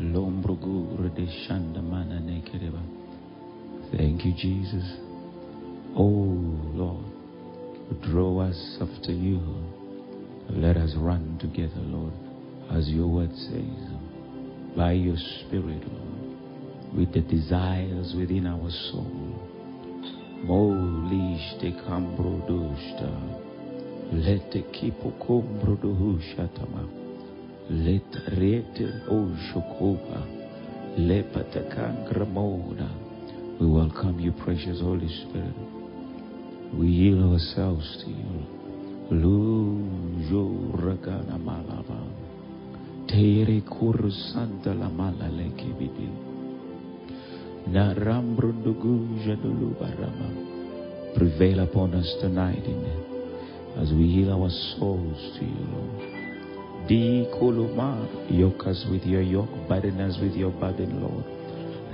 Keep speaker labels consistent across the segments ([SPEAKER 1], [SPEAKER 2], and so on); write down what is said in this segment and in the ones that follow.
[SPEAKER 1] Lombrugu Redeshandamana Nekereba. Thank you, Jesus. Oh Lord, draw us after you. Let us run together, Lord, as your word says, by your Spirit, Lord, with the desires within our soul. Molish te cambrodusta. Let the kipo combroduhushatama. Let rete oshokoba. Lepatacangramona. We welcome you, precious Holy Spirit. We yield ourselves to you. Lujo ragana malava. Tere kurusanta la mala lekibidi. Naram brunduguja dulubarama. Prevail upon us tonight in as we yield our souls to you, Lord. Di koloma, yoke us with your yoke, burden us with your burden, Lord.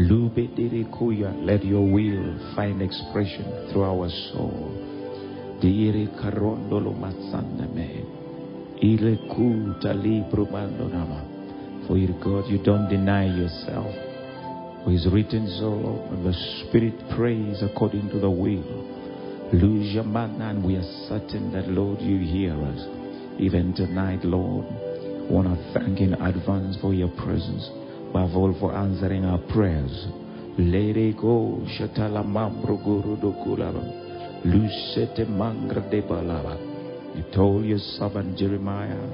[SPEAKER 1] Lube dirikuya, let your will find expression through our soul. Dire karondolo matsandame. Ile kuta libro mandonama. For your God, you don't deny yourself. For it's written so, Lord, and the Spirit prays according to the will. Lose your man, and we are certain that, Lord, you hear us. Even tonight, Lord, want to thank in advance for your presence above all for answering our prayers. Let it go, Shatala Mambro Guru Dokulava, Lucete Mangra de Balava. You told your servant Jeremiah,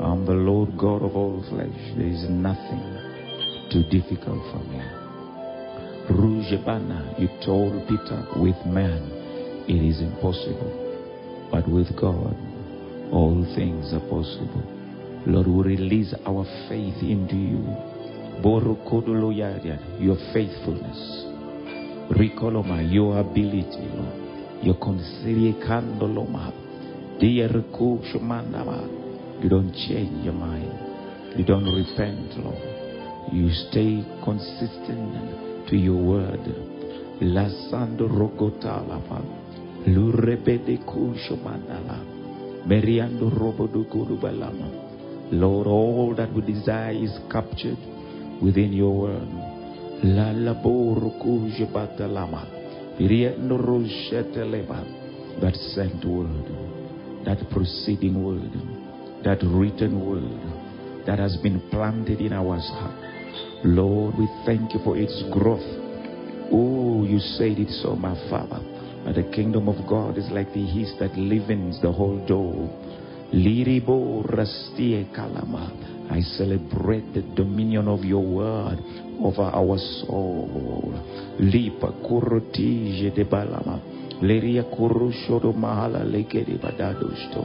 [SPEAKER 1] I'm the Lord God of all flesh, there is nothing too difficult for me. Rujebana, you told Peter, with man it is impossible, but with God all things are possible. Lord, we release our faith into you. Borokodoloyarian, your faithfulness. Rikoloma, your ability, Lord. Your conciliacandoloma. Diarukushumanama. You don't change your mind. You don't repent, Lord. You stay consistent to your word. Lasando rogotalama. Lurebede kushumandala. Meriando robodukulubalama. Lord, all that we desire is captured within your word. La laboro kuje batalama. Riendo roshetelema. That sent word, that proceeding word, that written word that has been planted in our heart. Lord, we thank you for its growth. Oh, you said it so, my Father. But the kingdom of God is like the yeast that leavens the whole dough. Liribo rastie kalama. I celebrate the dominion of your word over our soul. Lipa kurutije de balama. Leria kurusho do mahala legere badadosto.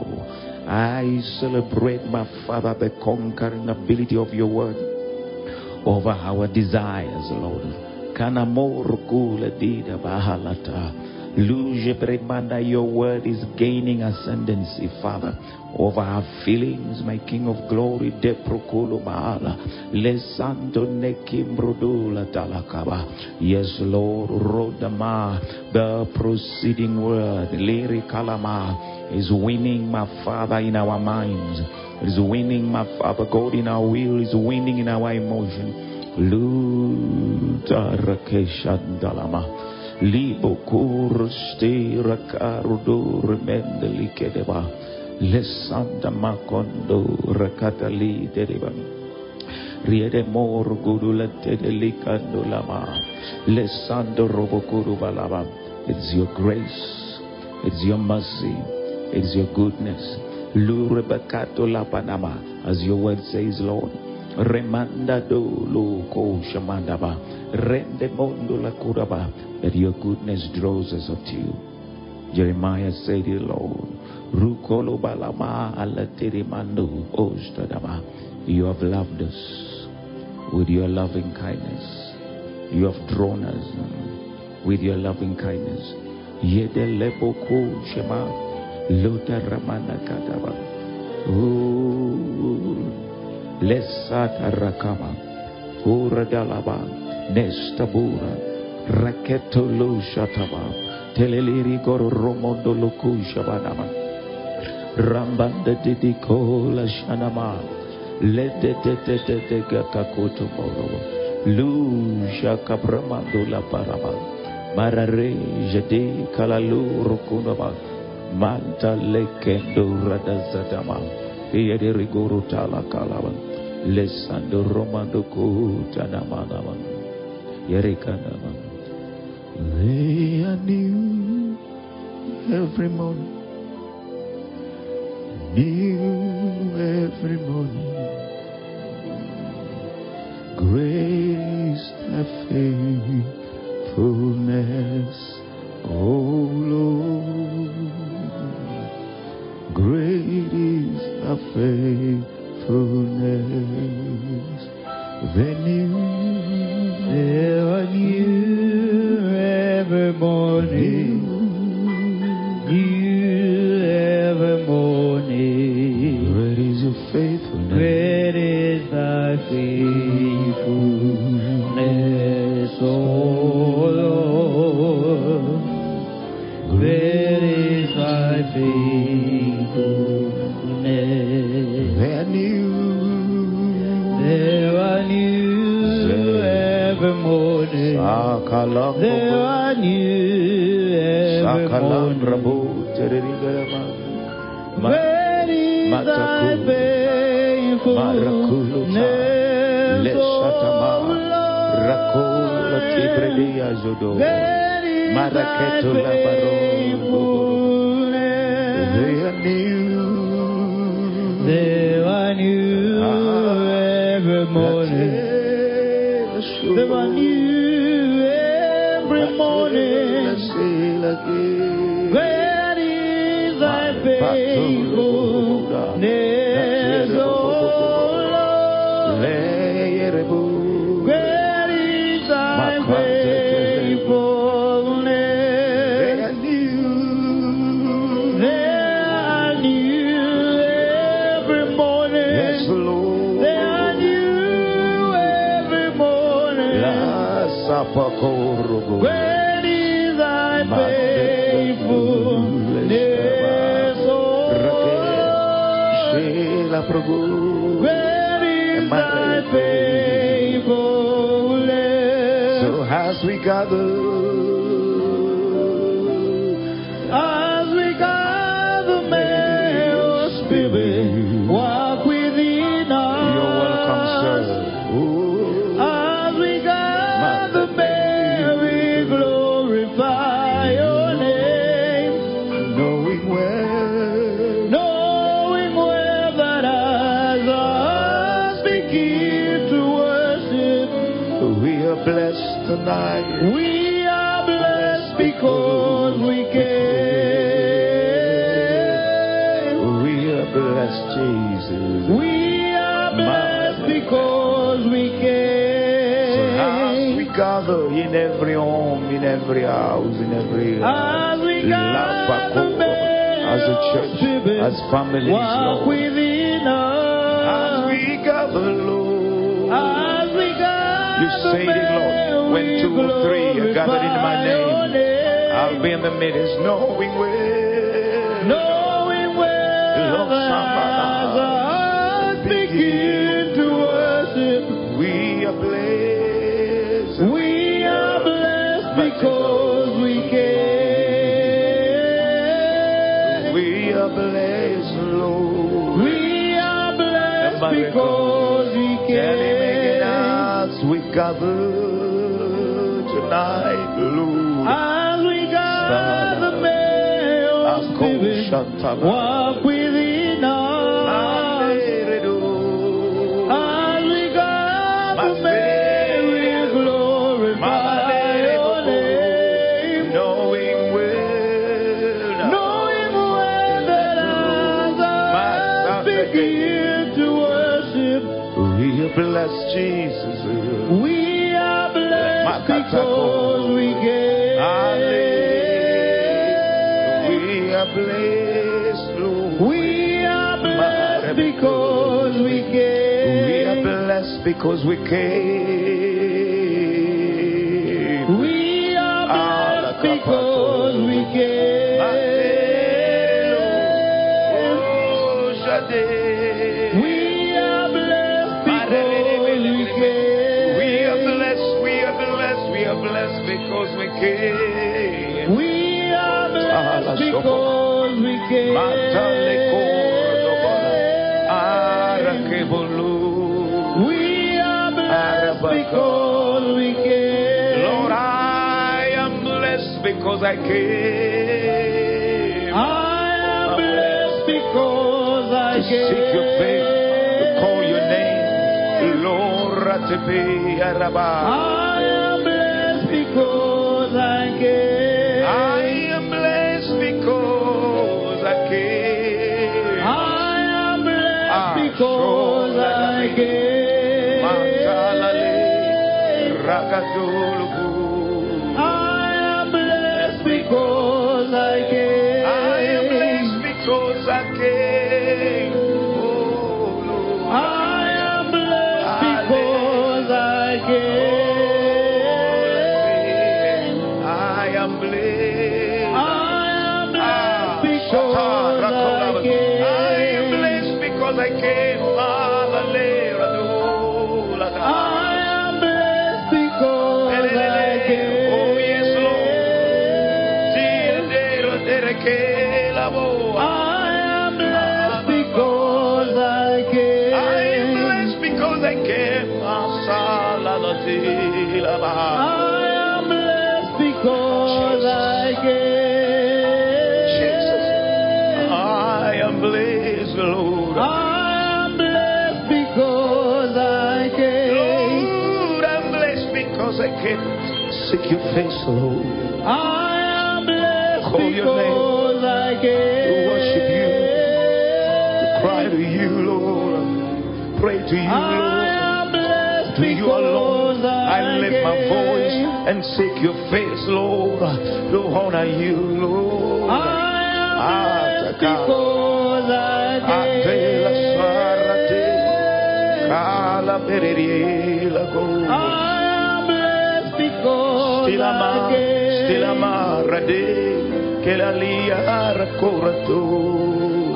[SPEAKER 1] I celebrate, my Father, the conquering ability of your word over our desires, Lord. Kana more kule dida bahalata. Luge Bremanda, your word is gaining ascendancy, Father, over our feelings, my King of glory, Deprokulu Mahala, Lesanto Nekimbrodula Talakaba. Yes, Lord, Rodama, the proceeding word, Lirikalama, is winning, my Father, in our minds, is winning, my Father, God, in our will, is winning in our emotion. Lutarakeshandalama. Libo kurste rakarudo remendeli kedeba. Lesanda makondo rakatali dereba. Riede mor gurulete delicando lama. Lesando robokuru balaba. It's your grace. It's your mercy. It's your goodness. Lurebacato la panama. As your word says, Lord. Remanda do lo ko shamandaba. Rende mondo la curaba, that your goodness draws us up to you. Jeremiah said, Lord, Rukolo balama ala terimando ostadama. You have loved us with your loving kindness. You have drawn us with your loving kindness. Yede lebo ko shema lota ramana kadaba. Ooh, lesata rakama, ura dalaba. Nestabura, Raketo Lushatama, Teleleri Goro Romondo Lokushabanama, Rambanda Didicola Shanama, Letetetetetegatakakotomorobo. Luja kapramando la paraba. Marare jede kalalu rokunaba. Manta lekendo radazadama. Yede rigoro tala kalaba. Lesando romando kutanamanaba. Yerekanaba. They are new every morning new every morning. Grace thy faithfulness, O Lord. Great is thy faithfulness. The new,
[SPEAKER 2] There are new every morning,
[SPEAKER 1] new.
[SPEAKER 2] new every morning.
[SPEAKER 1] Great is your faithfulness.
[SPEAKER 2] Great is thy faithfulness, O Lord. Great is thy faithfulness.
[SPEAKER 1] They are new.
[SPEAKER 2] There are new every morning.
[SPEAKER 1] Sakalam
[SPEAKER 2] There are new every
[SPEAKER 1] Sakalam
[SPEAKER 2] morning.
[SPEAKER 1] Rabu Tererigarama.
[SPEAKER 2] Where is thy
[SPEAKER 1] Mataku, Marakulota,
[SPEAKER 2] faithfulness,
[SPEAKER 1] Leshatama,
[SPEAKER 2] O
[SPEAKER 1] Rakola
[SPEAKER 2] Lord?
[SPEAKER 1] Tibrelia Zodo.
[SPEAKER 2] Where is thy
[SPEAKER 1] Maraketo Labaro.
[SPEAKER 2] faithfulness?
[SPEAKER 1] They are new.
[SPEAKER 2] There are new
[SPEAKER 1] Ah,
[SPEAKER 2] every morning. There are new every morning. Great is thy faithfulness, O Lord. Great is thy faithfulness. There are new every
[SPEAKER 1] Yes,
[SPEAKER 2] morning.
[SPEAKER 1] Lord.
[SPEAKER 2] There are new every morning. Great is thy faithfulness, O Lord. Where is thy faithfulness?
[SPEAKER 1] So as we gather
[SPEAKER 2] As we gather, may your spirit walk within us.
[SPEAKER 1] You're welcome, sir. Ooh.
[SPEAKER 2] As we gather, may we glorify your name,
[SPEAKER 1] Knowing well,
[SPEAKER 2] knowing well that as us begin to worship,
[SPEAKER 1] we are blessed tonight.
[SPEAKER 2] We are blessed because we came.
[SPEAKER 1] We are blessed, Jesus.
[SPEAKER 2] We are blessed because we
[SPEAKER 1] As we
[SPEAKER 2] came.
[SPEAKER 1] gather in every home, in every house, in every
[SPEAKER 2] As we gather,
[SPEAKER 1] Lapako, as a church,
[SPEAKER 2] may
[SPEAKER 1] as families,
[SPEAKER 2] walk
[SPEAKER 1] Lord.
[SPEAKER 2] within
[SPEAKER 1] As
[SPEAKER 2] us.
[SPEAKER 1] we gather, Lord.
[SPEAKER 2] As we gather,
[SPEAKER 1] You said it, Lord. When
[SPEAKER 2] may
[SPEAKER 1] two
[SPEAKER 2] we
[SPEAKER 1] or three are gathered in my
[SPEAKER 2] glorify your
[SPEAKER 1] name,
[SPEAKER 2] name.
[SPEAKER 1] I'll be in the midst, knowing well.
[SPEAKER 2] knowing well that as us begin to worship,
[SPEAKER 1] We are blessed.
[SPEAKER 2] we are blessed because we came.
[SPEAKER 1] We are blessed, Lord.
[SPEAKER 2] We are blessed because we
[SPEAKER 1] Tell him again
[SPEAKER 2] came.
[SPEAKER 1] as we gather tonight, Lord.
[SPEAKER 2] As we gather, may your spirit walk within us. As we gather, may we glorify your name,
[SPEAKER 1] Knowing well,
[SPEAKER 2] knowing well that as I begin to worship,
[SPEAKER 1] we are blessed, Jesus.
[SPEAKER 2] we are blessed because we gave.
[SPEAKER 1] We are blessed, Lord.
[SPEAKER 2] We are blessed because we
[SPEAKER 1] We are
[SPEAKER 2] gave.
[SPEAKER 1] blessed because we came.
[SPEAKER 2] We are blessed because we gave.
[SPEAKER 1] Oh, Shaddai.
[SPEAKER 2] We are
[SPEAKER 1] came.
[SPEAKER 2] We are blessed
[SPEAKER 1] Ala,
[SPEAKER 2] because we came.
[SPEAKER 1] Lord,
[SPEAKER 2] We are blessed
[SPEAKER 1] Arabako.
[SPEAKER 2] because we came.
[SPEAKER 1] I am blessed because I came
[SPEAKER 2] I am blessed because I
[SPEAKER 1] to
[SPEAKER 2] came.
[SPEAKER 1] seek your face, to call your name. Lord, Ratepe, Araba.
[SPEAKER 2] I am blessed because I came.
[SPEAKER 1] I am blessed because I came.
[SPEAKER 2] I am
[SPEAKER 1] Ah,
[SPEAKER 2] blessed because
[SPEAKER 1] sure,
[SPEAKER 2] I
[SPEAKER 1] like
[SPEAKER 2] came.
[SPEAKER 1] Matalale, Rakadulubu.
[SPEAKER 2] I am blessed because I came.
[SPEAKER 1] I am blessed because I came. Oh, Lord.
[SPEAKER 2] I am blessed because I came.
[SPEAKER 1] I am blessed.
[SPEAKER 2] I am
[SPEAKER 1] Ah,
[SPEAKER 2] blessed because I
[SPEAKER 1] Shata, Rakolaba. I am
[SPEAKER 2] came.
[SPEAKER 1] blessed because I came. Malalele, Radulada.
[SPEAKER 2] I am blessed because I came.
[SPEAKER 1] Oh, yes, Lord. Zidero, Derekelabo.
[SPEAKER 2] I am blessed because I came.
[SPEAKER 1] I am blessed because I came. Masalalazilaba.
[SPEAKER 2] I am blessed because I came.
[SPEAKER 1] Jesus. I am blessed, Lord.
[SPEAKER 2] I am blessed because I came.
[SPEAKER 1] Lord, I'm blessed because I can seek your face, Lord.
[SPEAKER 2] I am blessed
[SPEAKER 1] Call your name.
[SPEAKER 2] because I came.
[SPEAKER 1] To worship you. Cry to you, Lord. Pray to you, Lord.
[SPEAKER 2] I am blessed
[SPEAKER 1] To you alone,
[SPEAKER 2] because I
[SPEAKER 1] I lift my
[SPEAKER 2] came.
[SPEAKER 1] voice and seek your face, Lord. To honor you, Lord. Ah,
[SPEAKER 2] I am blessed because I
[SPEAKER 1] Ate Ah, la Ah. sarate,
[SPEAKER 2] came.
[SPEAKER 1] cala perere la go.
[SPEAKER 2] I am blessed because
[SPEAKER 1] Stila ma,
[SPEAKER 2] I came.
[SPEAKER 1] stila ma rade, che la lia raccorato.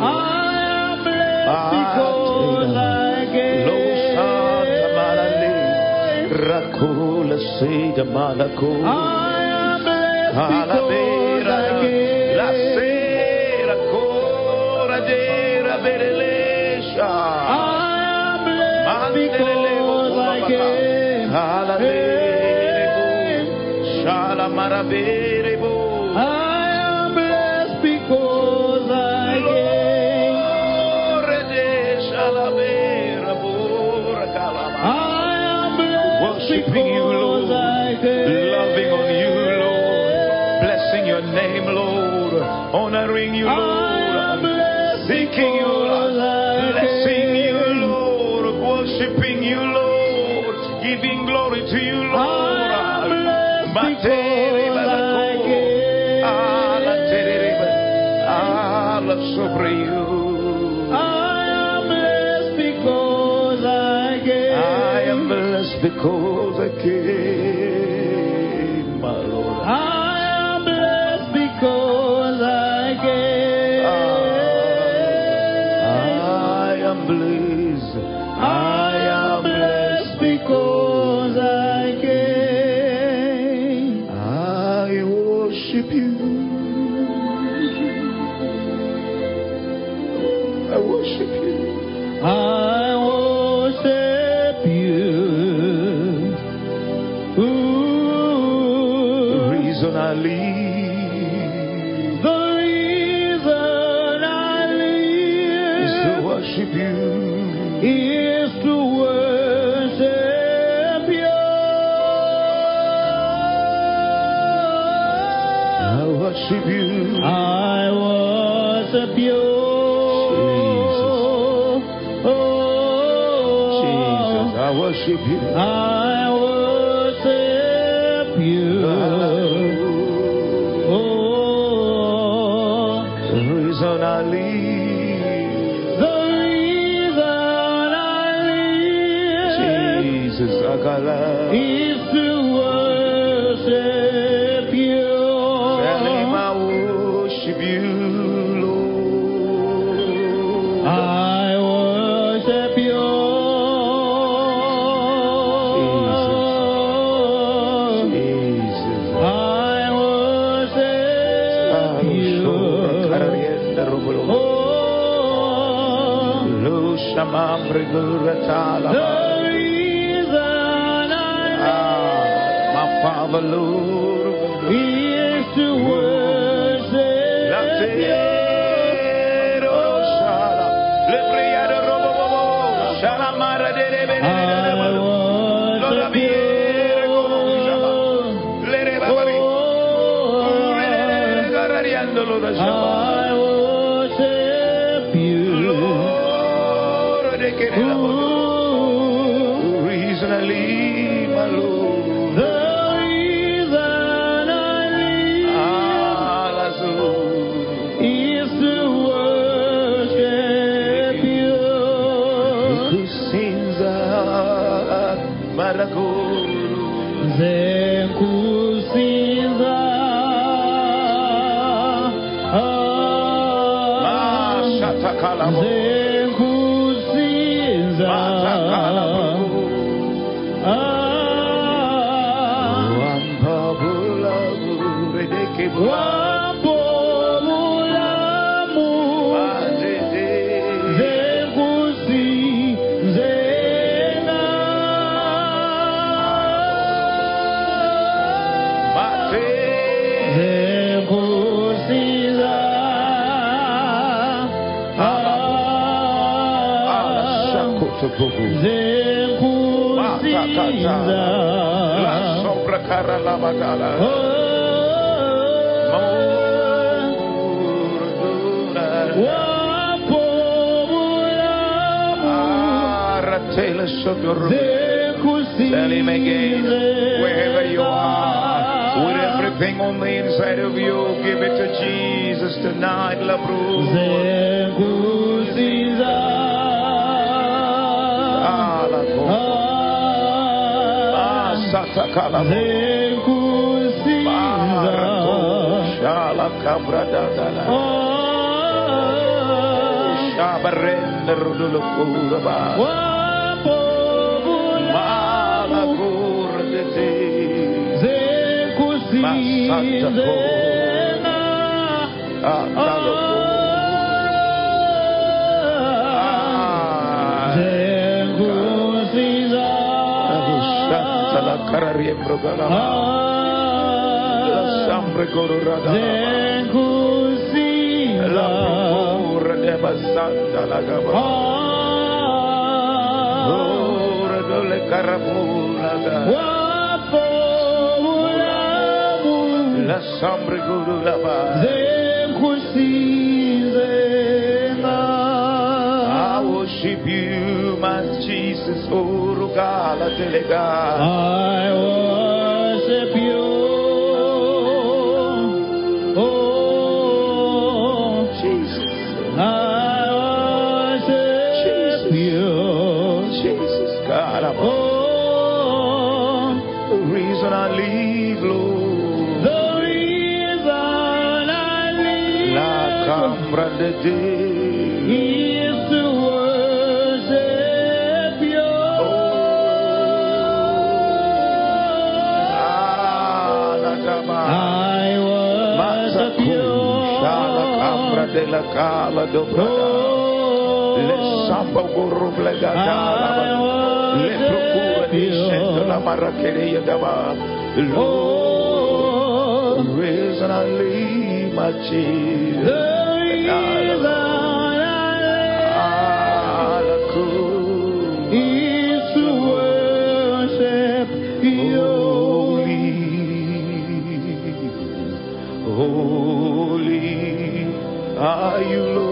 [SPEAKER 2] I am
[SPEAKER 1] Ah,
[SPEAKER 2] blessed because I came.
[SPEAKER 1] Lo santa malale, raccola se da malaco.
[SPEAKER 2] I am blessed
[SPEAKER 1] Alla
[SPEAKER 2] because
[SPEAKER 1] vera,
[SPEAKER 2] I came.
[SPEAKER 1] la sera ancora dera berelescia.
[SPEAKER 2] I am blessed because I came. I am blessed because I came. I am blessed
[SPEAKER 1] Worshiping you,
[SPEAKER 2] because
[SPEAKER 1] Lord.
[SPEAKER 2] I came.
[SPEAKER 1] Loving on you, Lord. Blessing your name, Lord. Honoring you,
[SPEAKER 2] I am
[SPEAKER 1] Lord.
[SPEAKER 2] blessed
[SPEAKER 1] Seeking you, Lord.
[SPEAKER 2] because I
[SPEAKER 1] Blessing you,
[SPEAKER 2] came.
[SPEAKER 1] Lord. Worshipping you, Lord. Giving glory to you, Lord.
[SPEAKER 2] I am blessed
[SPEAKER 1] Matere
[SPEAKER 2] because
[SPEAKER 1] balako.
[SPEAKER 2] I came.
[SPEAKER 1] Ala terereba. Ala sobre you.
[SPEAKER 2] I am blessed because I came.
[SPEAKER 1] I am blessed because I came, my Lord.
[SPEAKER 2] I am blessed because I came.
[SPEAKER 1] Oh. I am blessed. I am blessed because
[SPEAKER 2] because I came.
[SPEAKER 1] I worship you. I worship you.
[SPEAKER 2] I worship you.
[SPEAKER 1] The
[SPEAKER 2] Ooh,
[SPEAKER 1] reason I live
[SPEAKER 2] the reason I
[SPEAKER 1] is to
[SPEAKER 2] live
[SPEAKER 1] worship you.
[SPEAKER 2] is to worship
[SPEAKER 1] I
[SPEAKER 2] you.
[SPEAKER 1] worship you.
[SPEAKER 2] I worship you.
[SPEAKER 1] Jesus. Jesus,
[SPEAKER 2] Oh,
[SPEAKER 1] I worship you.
[SPEAKER 2] I worship you.
[SPEAKER 1] The
[SPEAKER 2] Oh,
[SPEAKER 1] reason I live.
[SPEAKER 2] the reason I live
[SPEAKER 1] Jesus, I got love.
[SPEAKER 2] is to worship
[SPEAKER 1] Tell him
[SPEAKER 2] you.
[SPEAKER 1] I worship you, Lord.
[SPEAKER 2] I worship you.
[SPEAKER 1] Jesus,
[SPEAKER 2] I
[SPEAKER 1] Lambreguratalaba.
[SPEAKER 2] The reason
[SPEAKER 1] Ah,
[SPEAKER 2] I'm
[SPEAKER 1] my Father, Lord.
[SPEAKER 2] here is to worship you. I worship you. Oh, I worship you. Ooh. The reason I live is to worship you. Zenkusiza, ah, Zenkusiza, ah, wabomulamu.
[SPEAKER 1] Tell him again, wherever you are, with everything on the inside of you, give it to Jesus tonight, Labru. Ah, Labru. Ah, Satakalabu. Barako. Shalakabradadala. Shabarenderudulukuraba. Malakurdete. Ah, Talabu. Ah, Shatalakarariemrogalaba. Lasambrekorodadalaba. Labrokoradebasandalagaba. Oradolekaramunaga. Lasambrekodolaba. I worship you, my Jesus, Urugala Telega.
[SPEAKER 2] I worship you. Oh,
[SPEAKER 1] Jesus,
[SPEAKER 2] I worship you.
[SPEAKER 1] Jesus, God, I'm
[SPEAKER 2] Oh,
[SPEAKER 1] the reason I leave, Lord.
[SPEAKER 2] the reason I
[SPEAKER 1] La
[SPEAKER 2] live
[SPEAKER 1] Cambra de Dei.
[SPEAKER 2] is to worship you.
[SPEAKER 1] Ah, la Gama.
[SPEAKER 2] I worship
[SPEAKER 1] Cambra
[SPEAKER 2] you.
[SPEAKER 1] de la Cala do Braga. Le
[SPEAKER 2] Oh,
[SPEAKER 1] Samba Guru Blega Dalaba. Le procura
[SPEAKER 2] I
[SPEAKER 1] di scendere la
[SPEAKER 2] worship you.
[SPEAKER 1] marracheria dava
[SPEAKER 2] Oh,
[SPEAKER 1] reason I leave my cheese
[SPEAKER 2] the reason I
[SPEAKER 1] Ah, la
[SPEAKER 2] live
[SPEAKER 1] cool
[SPEAKER 2] is to worship you.
[SPEAKER 1] holy holy are you Lord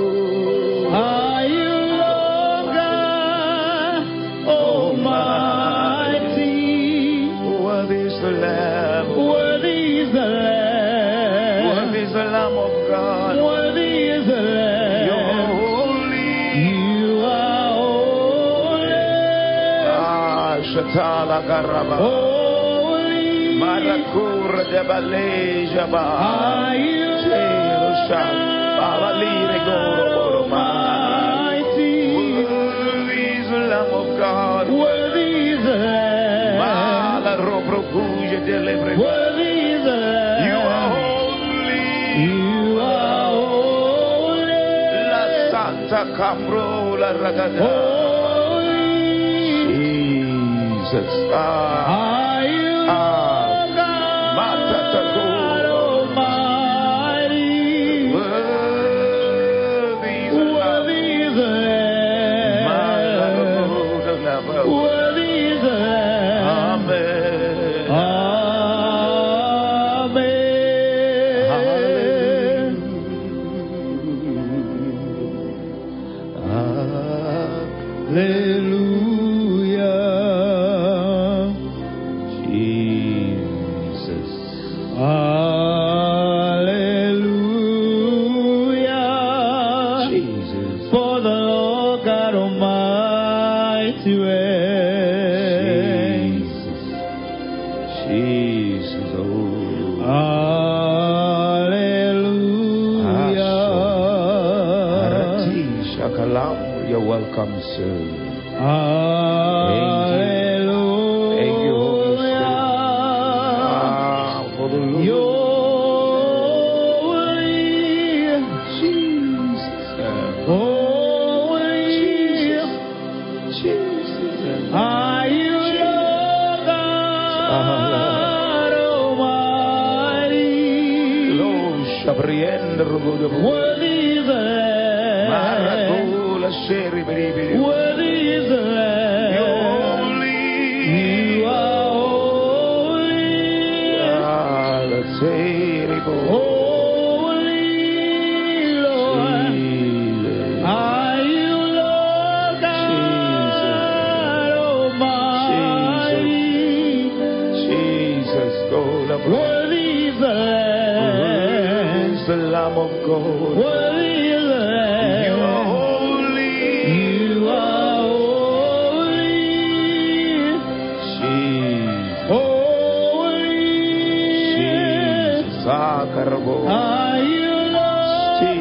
[SPEAKER 2] Are you Lord God Almighty?
[SPEAKER 1] worthy is the Lamb
[SPEAKER 2] Worthy is the
[SPEAKER 1] worthy
[SPEAKER 2] Lamb.
[SPEAKER 1] is the Lamb of God
[SPEAKER 2] Worthy is the
[SPEAKER 1] you're
[SPEAKER 2] Lamb.
[SPEAKER 1] holy
[SPEAKER 2] You are holy,
[SPEAKER 1] Ah, Shatala Garaba
[SPEAKER 2] holy.
[SPEAKER 1] Maracura de Balejaba
[SPEAKER 2] Are you
[SPEAKER 1] Cielo sciam- alla lire goro ormai.
[SPEAKER 2] Almighty?
[SPEAKER 1] Worthy is the Lamb of God.
[SPEAKER 2] Worthy is the
[SPEAKER 1] Ma
[SPEAKER 2] Lamb.
[SPEAKER 1] la robro cuge delle breve-
[SPEAKER 2] Worthy is the
[SPEAKER 1] You are
[SPEAKER 2] Lamb.
[SPEAKER 1] holy.
[SPEAKER 2] You are holy,
[SPEAKER 1] La Santa Cambro la Ah, ragada.
[SPEAKER 2] holy.
[SPEAKER 1] Jesus. Ah,
[SPEAKER 2] Are you
[SPEAKER 1] ah, Matatako.
[SPEAKER 2] Almighty?
[SPEAKER 1] Worthy is the Lamb.
[SPEAKER 2] Worthy is the Lamb.
[SPEAKER 1] Matatako, the Lamb.
[SPEAKER 2] Worthy is the Lamb.
[SPEAKER 1] Amen.
[SPEAKER 2] Amen. Hallelujah.
[SPEAKER 1] Jesus.
[SPEAKER 2] Hallelujah.
[SPEAKER 1] Jesus.
[SPEAKER 2] For the Lord God Almighty reigns.
[SPEAKER 1] Jesus. Jesus. Oh.
[SPEAKER 2] Hallelujah.
[SPEAKER 1] Arati Shakalam, you're welcome, sir. Ah, hallelujah.
[SPEAKER 2] Hallelujah. You're worthy,
[SPEAKER 1] Jesus.
[SPEAKER 2] holy.
[SPEAKER 1] Jesus.
[SPEAKER 2] Are you Lord God Almighty?
[SPEAKER 1] Lo shabriendro godobo.
[SPEAKER 2] Worthy is the Lamb.
[SPEAKER 1] Maracola sheri beribiri.
[SPEAKER 2] Worthy is the Lamb. You
[SPEAKER 1] Holy.
[SPEAKER 2] are holy,
[SPEAKER 1] Ah, la seri bo.
[SPEAKER 2] holy Lord.
[SPEAKER 1] Jesus.
[SPEAKER 2] Are you Lord God Almighty?
[SPEAKER 1] Jesus, God of glory.
[SPEAKER 2] Worthy is the Lamb.
[SPEAKER 1] is the Lamb of God.
[SPEAKER 2] Worthy is the
[SPEAKER 1] You are
[SPEAKER 2] Lamb.
[SPEAKER 1] holy.
[SPEAKER 2] You are holy,
[SPEAKER 1] Jesus.
[SPEAKER 2] holy.
[SPEAKER 1] Jesus. Akarabo.
[SPEAKER 2] Are you Lord God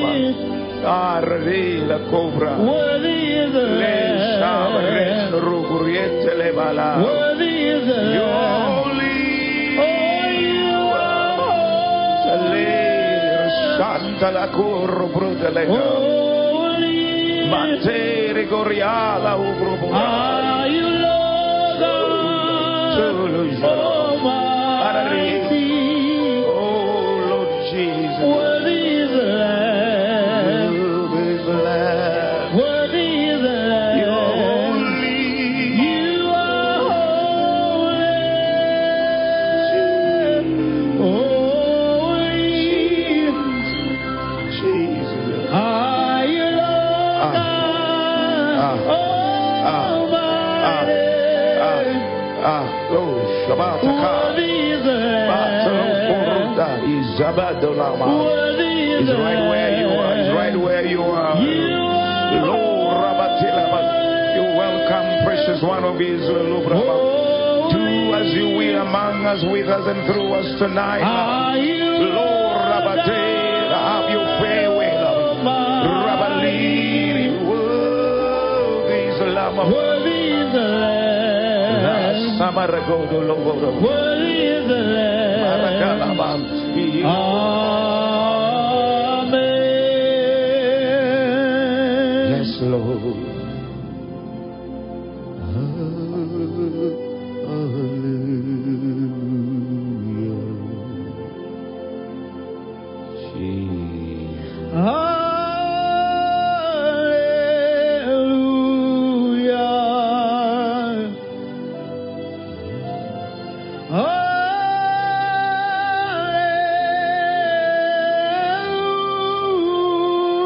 [SPEAKER 2] Almighty?
[SPEAKER 1] Arre la cobra.
[SPEAKER 2] Worthy is the
[SPEAKER 1] Le sabren
[SPEAKER 2] Lamb.
[SPEAKER 1] ruguriete le bala.
[SPEAKER 2] Worthy is the
[SPEAKER 1] You
[SPEAKER 2] Lamb.
[SPEAKER 1] are holy.
[SPEAKER 2] Oh, you are
[SPEAKER 1] Le santa la corro de
[SPEAKER 2] Oh.
[SPEAKER 1] le.
[SPEAKER 2] holy.
[SPEAKER 1] Mate rigoriala ubro.
[SPEAKER 2] Are you Lord God Almighty?
[SPEAKER 1] Oh Lord Jesus.
[SPEAKER 2] Worthy is the Lamb. Worthy is the Lamb. You are holy, holy. Are you Lord God Almighty?
[SPEAKER 1] Ah, oh,
[SPEAKER 2] Worthy is the Lamb. Worthy is
[SPEAKER 1] He's
[SPEAKER 2] the
[SPEAKER 1] right where you are. He's right where you are.
[SPEAKER 2] You are
[SPEAKER 1] Lo rabatila. You welcome, precious one of Israel. Lo rabba. Do as you will among us, with us, and through us tonight. Lord.
[SPEAKER 2] Are you
[SPEAKER 1] Lord, Rabatela, have your way, well. Rabaliri, worthy is the Lamb of God.
[SPEAKER 2] Worthy is the Lamb.
[SPEAKER 1] Samaragodo, Lord.
[SPEAKER 2] Worthy is the Lamb.
[SPEAKER 1] Marakalaba.
[SPEAKER 2] Amen.
[SPEAKER 1] Yes, Lord. Hallelujah. Jesus.
[SPEAKER 2] Hallelujah.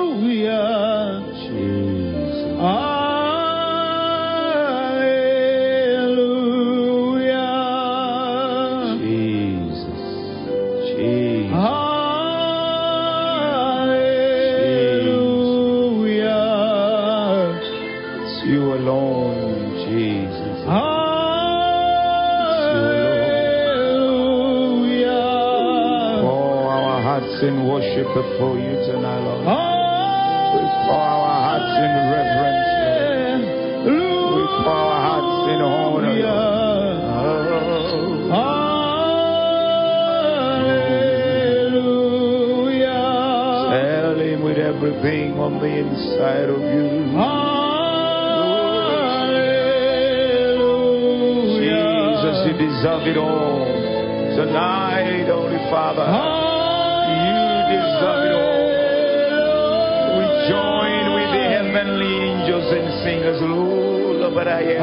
[SPEAKER 2] Hallelujah.
[SPEAKER 1] Jesus.
[SPEAKER 2] Hallelujah.
[SPEAKER 1] Jesus. Jesus.
[SPEAKER 2] Hallelujah.
[SPEAKER 1] It's you alone, Jesus.
[SPEAKER 2] Hallelujah.
[SPEAKER 1] Pour our hearts in worship before you tonight, Lord. We pour our hearts in reverence. Lord. We pour our hearts in honor. Lord.
[SPEAKER 2] Hallelujah.
[SPEAKER 1] Oh,
[SPEAKER 2] Hallelujah.
[SPEAKER 1] Tell him with everything on the inside of you.
[SPEAKER 2] Hallelujah.
[SPEAKER 1] deserve it all. Tonight, Holy Father, you deserve it all. We join with the heavenly angels and singers, Lord, but I am.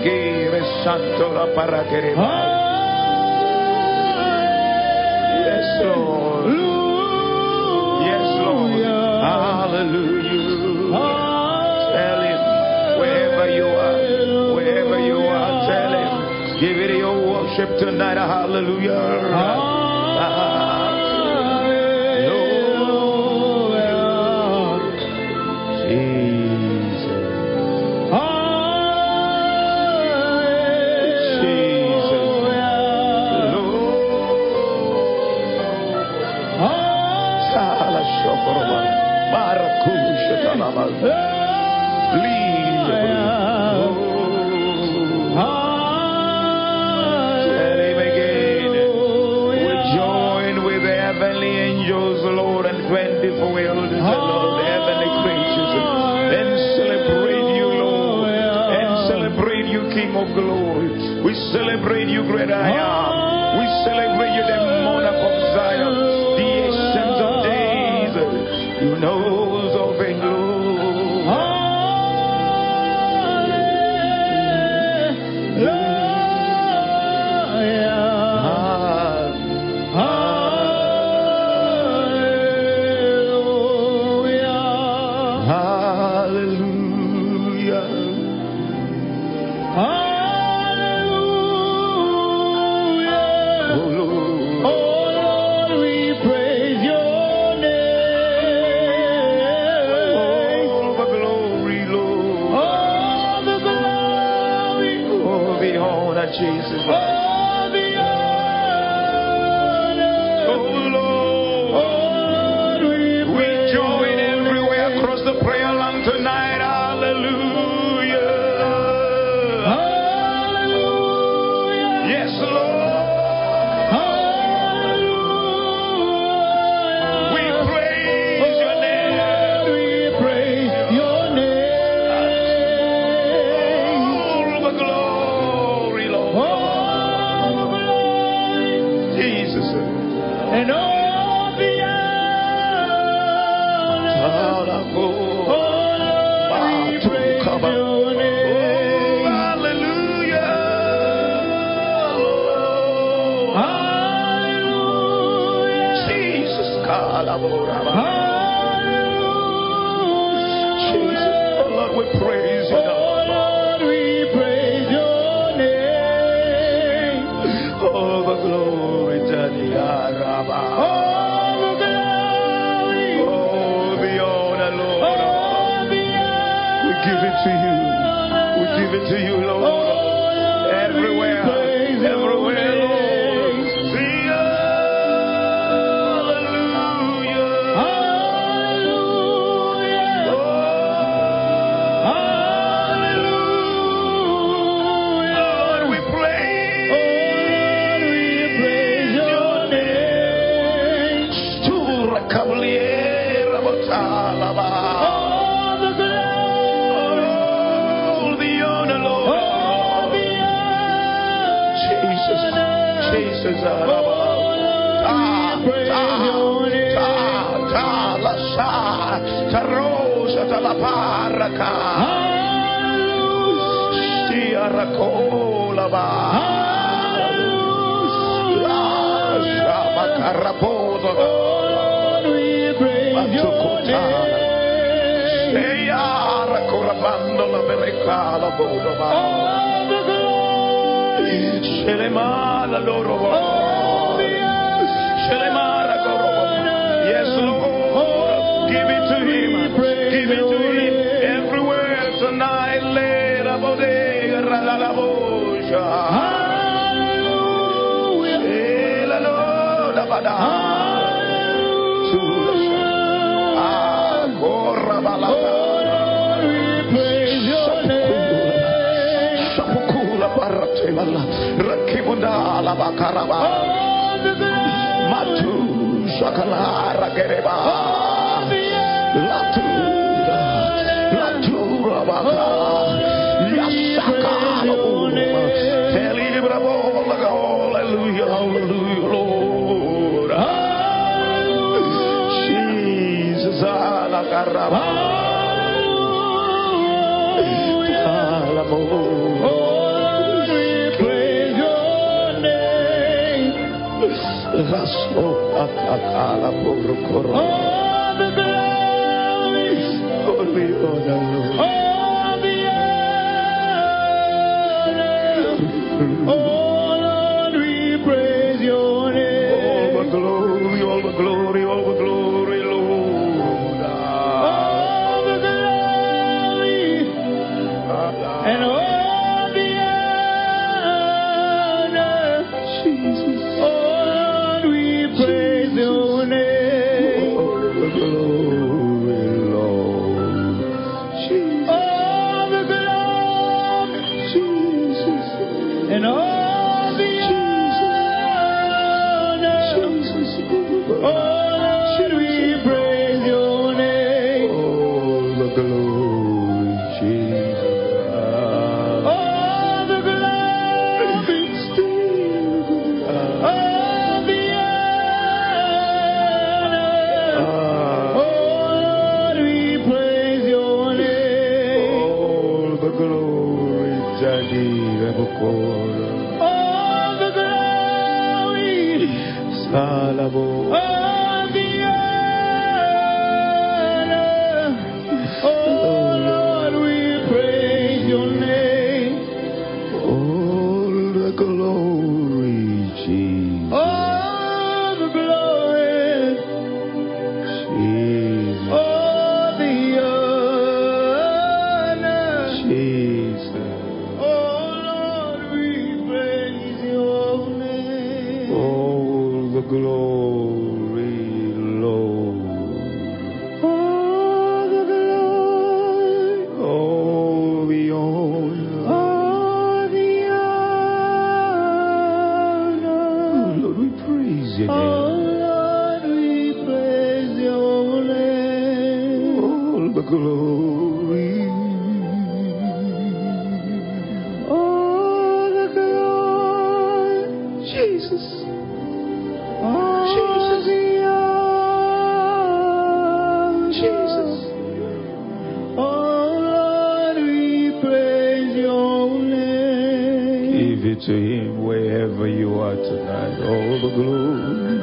[SPEAKER 1] e Santo la para Yes, Lord. Yes, Lord. Hallelujah. Tell him wherever you are, wherever you are, tell him. Give it your worship tonight. Hallelujah. Lord. Jesus. celebrate you, great I am. We celebrate you, the monarch of Zion, the ancient of days. You knows of a Oh, Oh,
[SPEAKER 2] Oh,
[SPEAKER 1] Oh, Oh, Oh,
[SPEAKER 2] Oh.
[SPEAKER 1] Oh,
[SPEAKER 2] oh, Oh. Oh,
[SPEAKER 1] ah,
[SPEAKER 2] Oh,
[SPEAKER 1] ah, ah, Give it to him everywhere tonight. Let about day, Eh, Rebala, Rakimunda, Alabakaraba, Matu, Shakala, Rakereba, Latu, Latu, Rabaka, Yasakalo, Telibrabo, Hallelujah, Hallelujah, Lord. Jesus, Alakaraba, Alamo, Raso, Akakala, Borokoro, Holy Honor, Lord. All the glory, all the glory, all the glory, Lord. Ah, ah,
[SPEAKER 2] And all the honor,
[SPEAKER 1] Jesus.
[SPEAKER 2] all we praise your name.
[SPEAKER 1] All the glory, Lord. Jesus.
[SPEAKER 2] All the glory
[SPEAKER 1] Jesus.
[SPEAKER 2] and all the honor.
[SPEAKER 1] Jesus.
[SPEAKER 2] Oh, should we praise your name?
[SPEAKER 1] All the glory, Jesus. Ah,
[SPEAKER 2] All the glory,
[SPEAKER 1] ah,
[SPEAKER 2] all the honor.
[SPEAKER 1] ah.
[SPEAKER 2] Oh, Lord, we praise your name.
[SPEAKER 1] All the glory, Daddy Rebukora.
[SPEAKER 2] All the glory,
[SPEAKER 1] Salabo.
[SPEAKER 2] all the honor. Oh, Lord, we praise your name.
[SPEAKER 1] All the glory, Jesus.
[SPEAKER 2] All the glory,
[SPEAKER 1] Jesus.
[SPEAKER 2] all the honor.
[SPEAKER 1] Jesus.
[SPEAKER 2] Oh, Lord, we praise your name.
[SPEAKER 1] Oh. All the glory, Lord.
[SPEAKER 2] All the glory.
[SPEAKER 1] All the honor.
[SPEAKER 2] All the honor.
[SPEAKER 1] Lord, we praise your
[SPEAKER 2] Oh,
[SPEAKER 1] name.
[SPEAKER 2] Lord, we praise your name.
[SPEAKER 1] All the glory.
[SPEAKER 2] All the glory.
[SPEAKER 1] Jesus.
[SPEAKER 2] All the honor. Oh, Lord, we praise your name.
[SPEAKER 1] Give it to him wherever you are tonight. All the glory,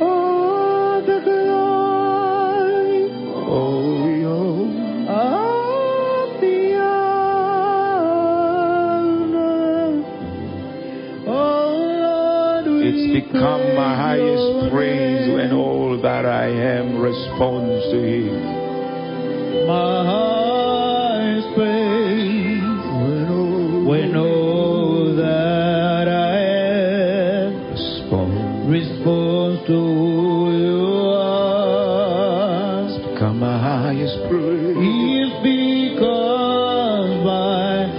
[SPEAKER 2] All the glory.
[SPEAKER 1] all the honor.
[SPEAKER 2] All the honor. Oh, Lord, we
[SPEAKER 1] It's become my highest
[SPEAKER 2] your
[SPEAKER 1] praise when
[SPEAKER 2] name.
[SPEAKER 1] all that I am responds to him.
[SPEAKER 2] my highest praise
[SPEAKER 1] When all
[SPEAKER 2] when all that I am
[SPEAKER 1] responds,
[SPEAKER 2] responds to you are.
[SPEAKER 1] become my highest praise.
[SPEAKER 2] If because my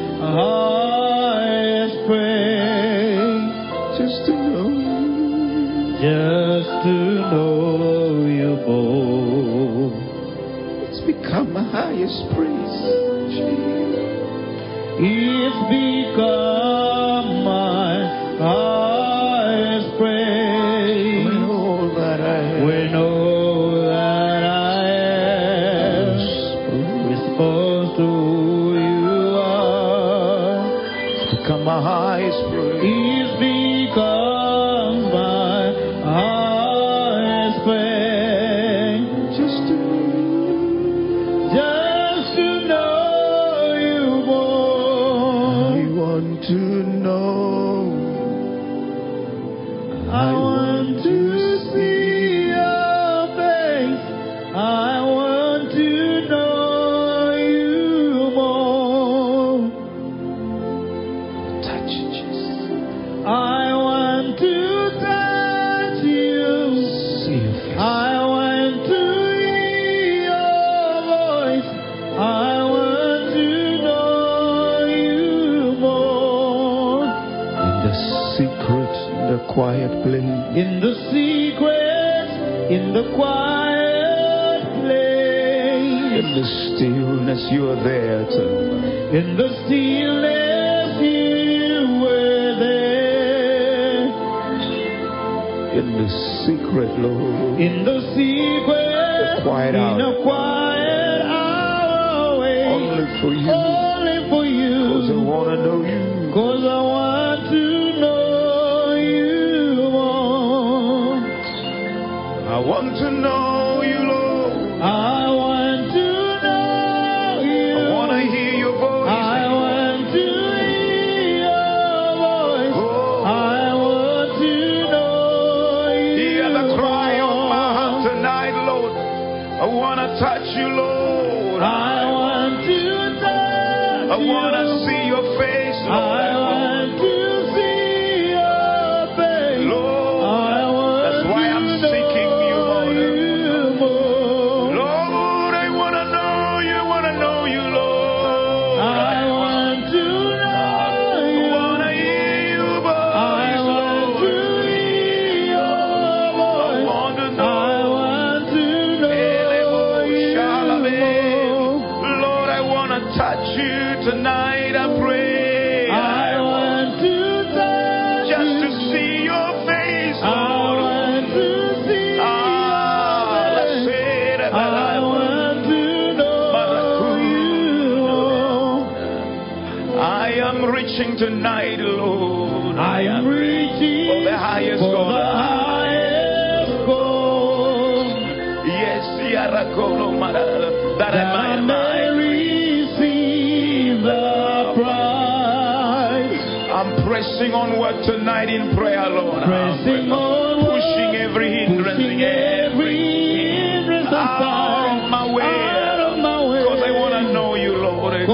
[SPEAKER 2] highest praise.
[SPEAKER 1] Just to know
[SPEAKER 2] Just to know you more.
[SPEAKER 1] it's become my highest praise. Jesus.
[SPEAKER 2] It's become my highest
[SPEAKER 1] When
[SPEAKER 2] praise.
[SPEAKER 1] all that I am
[SPEAKER 2] When all that I am
[SPEAKER 1] responds,
[SPEAKER 2] responds to you are.
[SPEAKER 1] become my highest praise.
[SPEAKER 2] It's become my highest praise.
[SPEAKER 1] Just to know
[SPEAKER 2] Just to know you more.
[SPEAKER 1] I want to know.
[SPEAKER 2] I want to see your face. I want to know you more.
[SPEAKER 1] touch Jesus.
[SPEAKER 2] I
[SPEAKER 1] quiet place.
[SPEAKER 2] In the secret, in the quiet
[SPEAKER 1] In
[SPEAKER 2] place,
[SPEAKER 1] the stillness, you are there to
[SPEAKER 2] in the stillness, you were there.
[SPEAKER 1] in the secret, Lord.
[SPEAKER 2] In the secret,
[SPEAKER 1] The quiet
[SPEAKER 2] in
[SPEAKER 1] hour.
[SPEAKER 2] a quiet hour, away.
[SPEAKER 1] Only for you.
[SPEAKER 2] only for
[SPEAKER 1] Because I
[SPEAKER 2] you.
[SPEAKER 1] want to know you.
[SPEAKER 2] Cause I want to know you more.
[SPEAKER 1] I want to know you, Lord.
[SPEAKER 2] I want to know you.
[SPEAKER 1] I want to hear your voice.
[SPEAKER 2] I want to hear your voice.
[SPEAKER 1] Oh,
[SPEAKER 2] I want to know you.
[SPEAKER 1] hear the cry of my heart tonight, Lord. I want to touch you, Lord.
[SPEAKER 2] I want to touch
[SPEAKER 1] I want to
[SPEAKER 2] you.
[SPEAKER 1] see your face,
[SPEAKER 2] I
[SPEAKER 1] Lord.
[SPEAKER 2] want to see your face.
[SPEAKER 1] Lord,
[SPEAKER 2] I want
[SPEAKER 1] That's why I'm
[SPEAKER 2] to know
[SPEAKER 1] seeking you, Lord.
[SPEAKER 2] you more.
[SPEAKER 1] Lord, I want to know you. I want to know you, Lord.
[SPEAKER 2] I want to
[SPEAKER 1] I
[SPEAKER 2] know you.
[SPEAKER 1] want to hear your voice, Lord. I want to know. Lord, I want to touch you tonight. I pray. just to see your face, Lord. Ah, la sera della- I am reaching tonight, Lord.
[SPEAKER 2] I am reaching
[SPEAKER 1] for the highest
[SPEAKER 2] for the
[SPEAKER 1] goal.
[SPEAKER 2] highest goal.
[SPEAKER 1] Yes, Yaracolo Mara, that I might might. I'm pressing onward tonight in prayer, Lord.
[SPEAKER 2] Pressing
[SPEAKER 1] I'm
[SPEAKER 2] onward,
[SPEAKER 1] pushing every hindrance, out of my way. Because I want to know you, Lord. That's the cry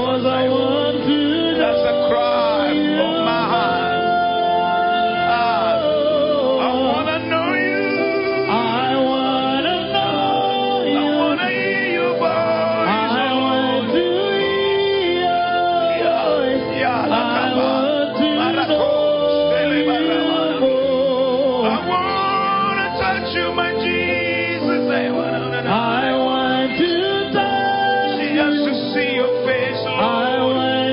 [SPEAKER 1] of my heart. Ah, I want to know you. I want to hear your voice. Yeah, yeah, la capa. I want to touch you, my Jesus. "Oh, I want to
[SPEAKER 2] I want to touch
[SPEAKER 1] see us to see your face, oh, Lord.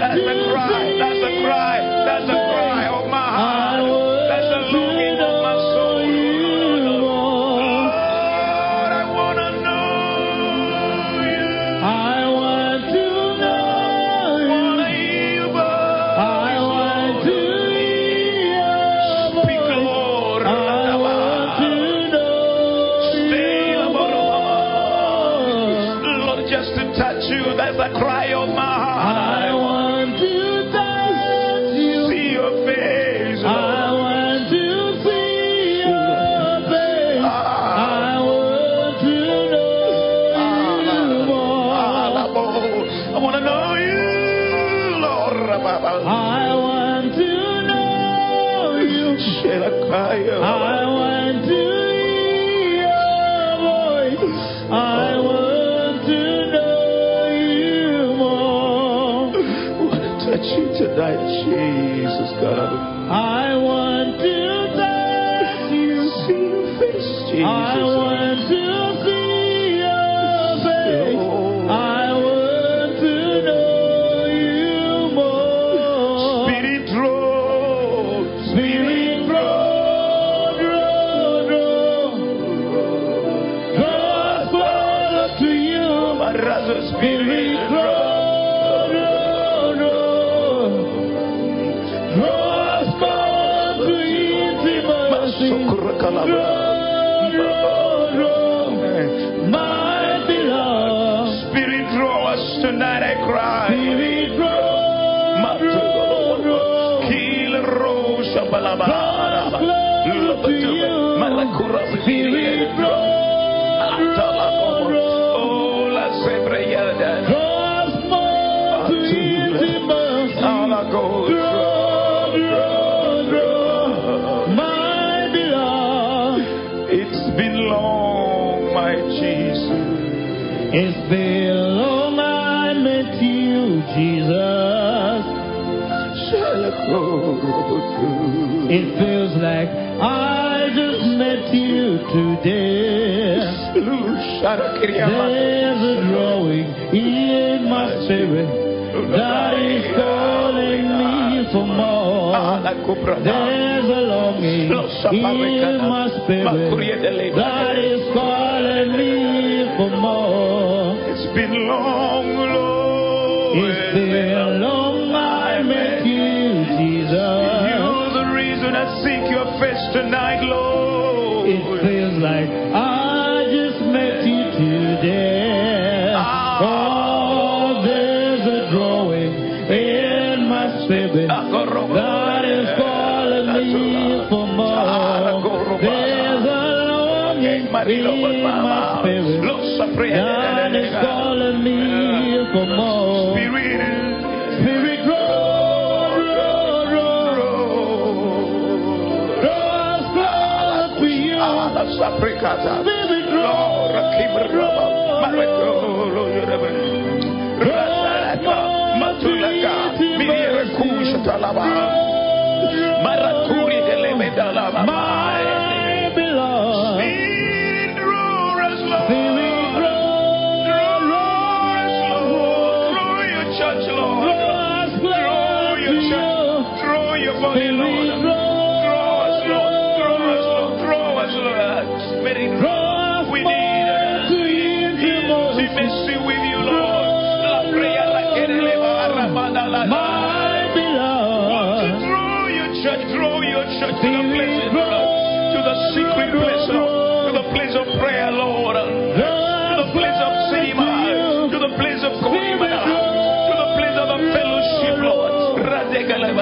[SPEAKER 1] That's the cry. That's the cry. That's the cry of my heart. That's the longing of my soul. oh, Lord, I want to know you. I want to hear your voice. Speak, Lord. Stay in the bottom of my heart. Lord, just to touch you. That's the cry of my heart. See your face, Lord. Ah, ah, Lord. I want to know you, Lord.
[SPEAKER 2] I want to know you.
[SPEAKER 1] Sherakaya.
[SPEAKER 2] I want to hear your voice. I want to know you more.
[SPEAKER 1] I want to touch you tonight, Jesus God.
[SPEAKER 2] I want to touch you.
[SPEAKER 1] See your face, Jesus.
[SPEAKER 2] I want to see your face. I want to know you more.
[SPEAKER 1] Spirit road.
[SPEAKER 2] Spirit, road, road, road, draw us closer to you.
[SPEAKER 1] Barrazo
[SPEAKER 2] Spirit,
[SPEAKER 1] Spirit road.
[SPEAKER 2] road, road, road, draw us closer to intimacy.
[SPEAKER 1] Sokorakalaba.
[SPEAKER 2] Road, road, road, my beloved.
[SPEAKER 1] Spirit draw us tonight, I cry.
[SPEAKER 2] Spirit, road, road, road,
[SPEAKER 1] Kill Rosa Balabara. Malakura
[SPEAKER 2] Spirit, road, road, road.
[SPEAKER 1] Oh, la Sebreyada. All I go It's been long, my Jesus.
[SPEAKER 2] It's been long I met you, Jesus.
[SPEAKER 1] Shall I go to.
[SPEAKER 2] It feels like I just met you today. There's a drawing in my spirit that is calling me for more. There's a longing in my spirit that is calling me for more.
[SPEAKER 1] It's been long, Lord.
[SPEAKER 2] It's been long I met you, oh Jesus.
[SPEAKER 1] You're the reason I seek your face tonight, Lord.
[SPEAKER 2] It feels like I just met you today. Oh, there's a drawing in my spirit
[SPEAKER 1] Ah.
[SPEAKER 2] that is calling me for
[SPEAKER 1] Ah,
[SPEAKER 2] more. There's a longing in my spirit that is calling me for more. Spirit, oh, roll, roll, roll, roll. Draw us close to you.
[SPEAKER 1] Ah,
[SPEAKER 2] Spirit, roll, roll, roll.
[SPEAKER 1] Marakuri de Lemedalaba.
[SPEAKER 2] My beloved.
[SPEAKER 1] Spirit, roar us, Lord.
[SPEAKER 2] Spirit, roll,
[SPEAKER 1] Roar,
[SPEAKER 2] roll,
[SPEAKER 1] roar us, Lord. Roar your church, Lord.
[SPEAKER 2] Draw us
[SPEAKER 1] Roar
[SPEAKER 2] close
[SPEAKER 1] your
[SPEAKER 2] to you.
[SPEAKER 1] church. Roar your body,
[SPEAKER 2] Spirit,
[SPEAKER 1] Lord. Draw us, Lord.
[SPEAKER 2] roll,
[SPEAKER 1] Draw us, Lord. Draw us, Lord. Spirit,
[SPEAKER 2] Draw us
[SPEAKER 1] we need
[SPEAKER 2] more to you, Jesus.
[SPEAKER 1] intimacy with you, Lord. La prayer, la quereleva, arramada, la-
[SPEAKER 2] My beloved.
[SPEAKER 1] Draw your church, draw your church to the place, Lord, to the secret place, Lord, to the place of prayer, Lord, to the place of cinema, to the place of communion, to the place of the fellowship, Lord.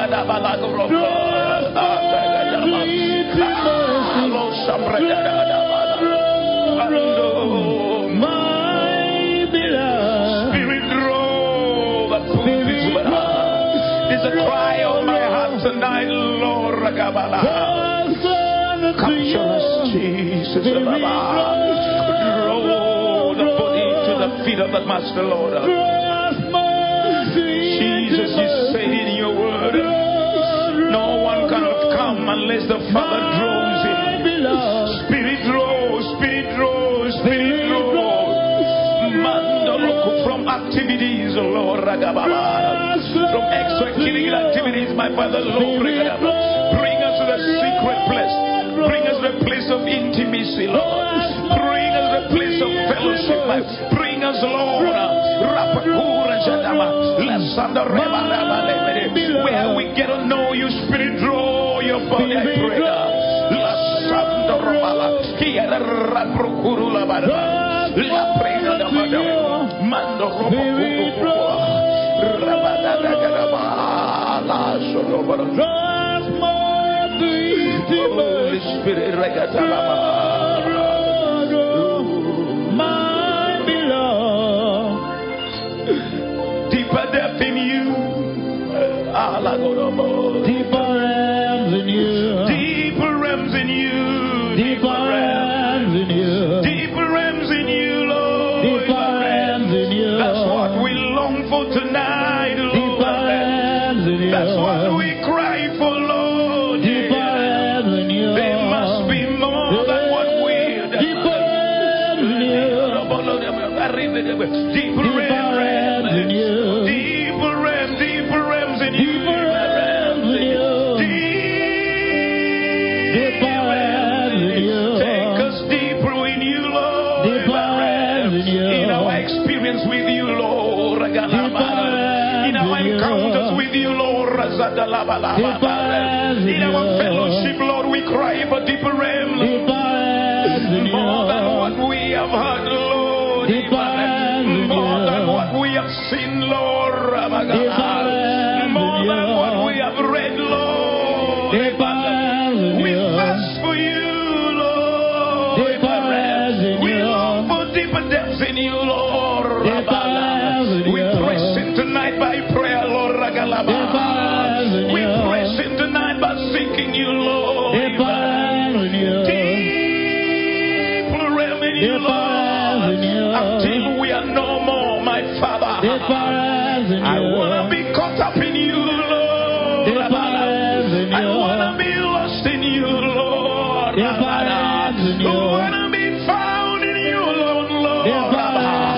[SPEAKER 2] My beloved.
[SPEAKER 1] Spirit, draw the pulpit. It's a cry of my heart tonight, Lord. Ragabala. Capture us, Jesus. Roll the body to the feet of the Master, Lord. Jesus, you say in your word, no one can come unless the Father draws him. Spirit, draw, spirit, draw, spirit, draw. Mandaloko from activities, Lord. Ragababa. From extracurricular activities, my Father, Lord. Ragababa. Bring us to the secret place. Bring us to the place of intimacy, Lord. Bring us to the place of fellowship. my Bring us, Lord. Rapakura Jadama. Lasanda Reba Laba Lebede. Where we get to know you, Spirit, draw your body, I pray. Lasanda Rabala. Kiara Raprokuru Labada. La Prega Labada. Mando Rabakuru. Rabada Dagadaba. La Sodobara. Holy Spirit, Regatalama.
[SPEAKER 2] My beloved,
[SPEAKER 1] Deeper depth in you. Alagodobo.
[SPEAKER 2] deeper realms in you,
[SPEAKER 1] Deeper realms in you.
[SPEAKER 2] deeper realms in you,
[SPEAKER 1] Deeper realms in you, Lord.
[SPEAKER 2] deeper realms in you,
[SPEAKER 1] That's what we long for tonight, Lord.
[SPEAKER 2] deeper realms in you,
[SPEAKER 1] That's what we cry for, Lord.
[SPEAKER 2] deeper realms in you,
[SPEAKER 1] There must be more than what we.
[SPEAKER 2] deeper realms in you,
[SPEAKER 1] Deeper
[SPEAKER 2] deeper realms in
[SPEAKER 1] realms.
[SPEAKER 2] you.
[SPEAKER 1] Deeper realms, deeper realms in you.
[SPEAKER 2] Deeper realms in you. Deeper realms in you.
[SPEAKER 1] Take us deeper in you, Lord.
[SPEAKER 2] Deeper realms in you.
[SPEAKER 1] In our experience with you, Lord. Ragalabala. In our
[SPEAKER 2] realms in you.
[SPEAKER 1] encounters with you, Lord. Razadalabalabala.
[SPEAKER 2] Deeper realms
[SPEAKER 1] In
[SPEAKER 2] in
[SPEAKER 1] our
[SPEAKER 2] you.
[SPEAKER 1] fellowship, Lord, we cry for deeper realms.
[SPEAKER 2] Deeper realms in
[SPEAKER 1] More than
[SPEAKER 2] you.
[SPEAKER 1] what we have heard, Lord.
[SPEAKER 2] Deeper realms in
[SPEAKER 1] More
[SPEAKER 2] you.
[SPEAKER 1] than what we have seen, Lord.
[SPEAKER 2] Deeper realms in
[SPEAKER 1] More than
[SPEAKER 2] you.
[SPEAKER 1] what we have read, Lord.
[SPEAKER 2] Deeper realms in
[SPEAKER 1] We
[SPEAKER 2] you.
[SPEAKER 1] thirst for you, Lord.
[SPEAKER 2] Deeper realms in
[SPEAKER 1] We
[SPEAKER 2] you.
[SPEAKER 1] long for deeper depths in you, Lord.
[SPEAKER 2] Deeper realms in
[SPEAKER 1] We
[SPEAKER 2] you.
[SPEAKER 1] press in tonight by prayer, Lord.
[SPEAKER 2] Deeper realms in
[SPEAKER 1] We
[SPEAKER 2] you.
[SPEAKER 1] press in tonight by seeking you, Lord.
[SPEAKER 2] Deeper realms in you.
[SPEAKER 1] Deeper realm in you,
[SPEAKER 2] Deeper realms
[SPEAKER 1] Lord.
[SPEAKER 2] in you.
[SPEAKER 1] Until we are no more, my Father.
[SPEAKER 2] Deeper realms in
[SPEAKER 1] I
[SPEAKER 2] you.
[SPEAKER 1] want to be caught up in you, Lord.
[SPEAKER 2] Deeper realms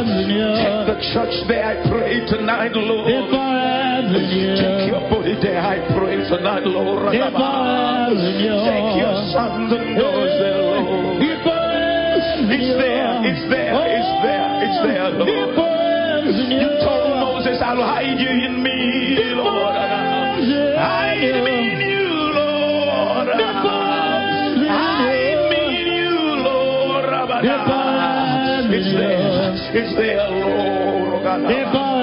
[SPEAKER 1] church there, I pray tonight, Lord.
[SPEAKER 2] If I ever knew,
[SPEAKER 1] Take your body there, I pray tonight, Lord.
[SPEAKER 2] if I ever knew,
[SPEAKER 1] Take your sons and daughters there, Lord.
[SPEAKER 2] if I ever knew,
[SPEAKER 1] It's there, it's there, it's there, it's there,
[SPEAKER 2] oh,
[SPEAKER 1] Lord.
[SPEAKER 2] If I ever knew,
[SPEAKER 1] You told Moses, I'll hide you in me, Lord. Hide me in you, Lord. Hide me in you, Lord. It's there, it's there, Lord.
[SPEAKER 2] if I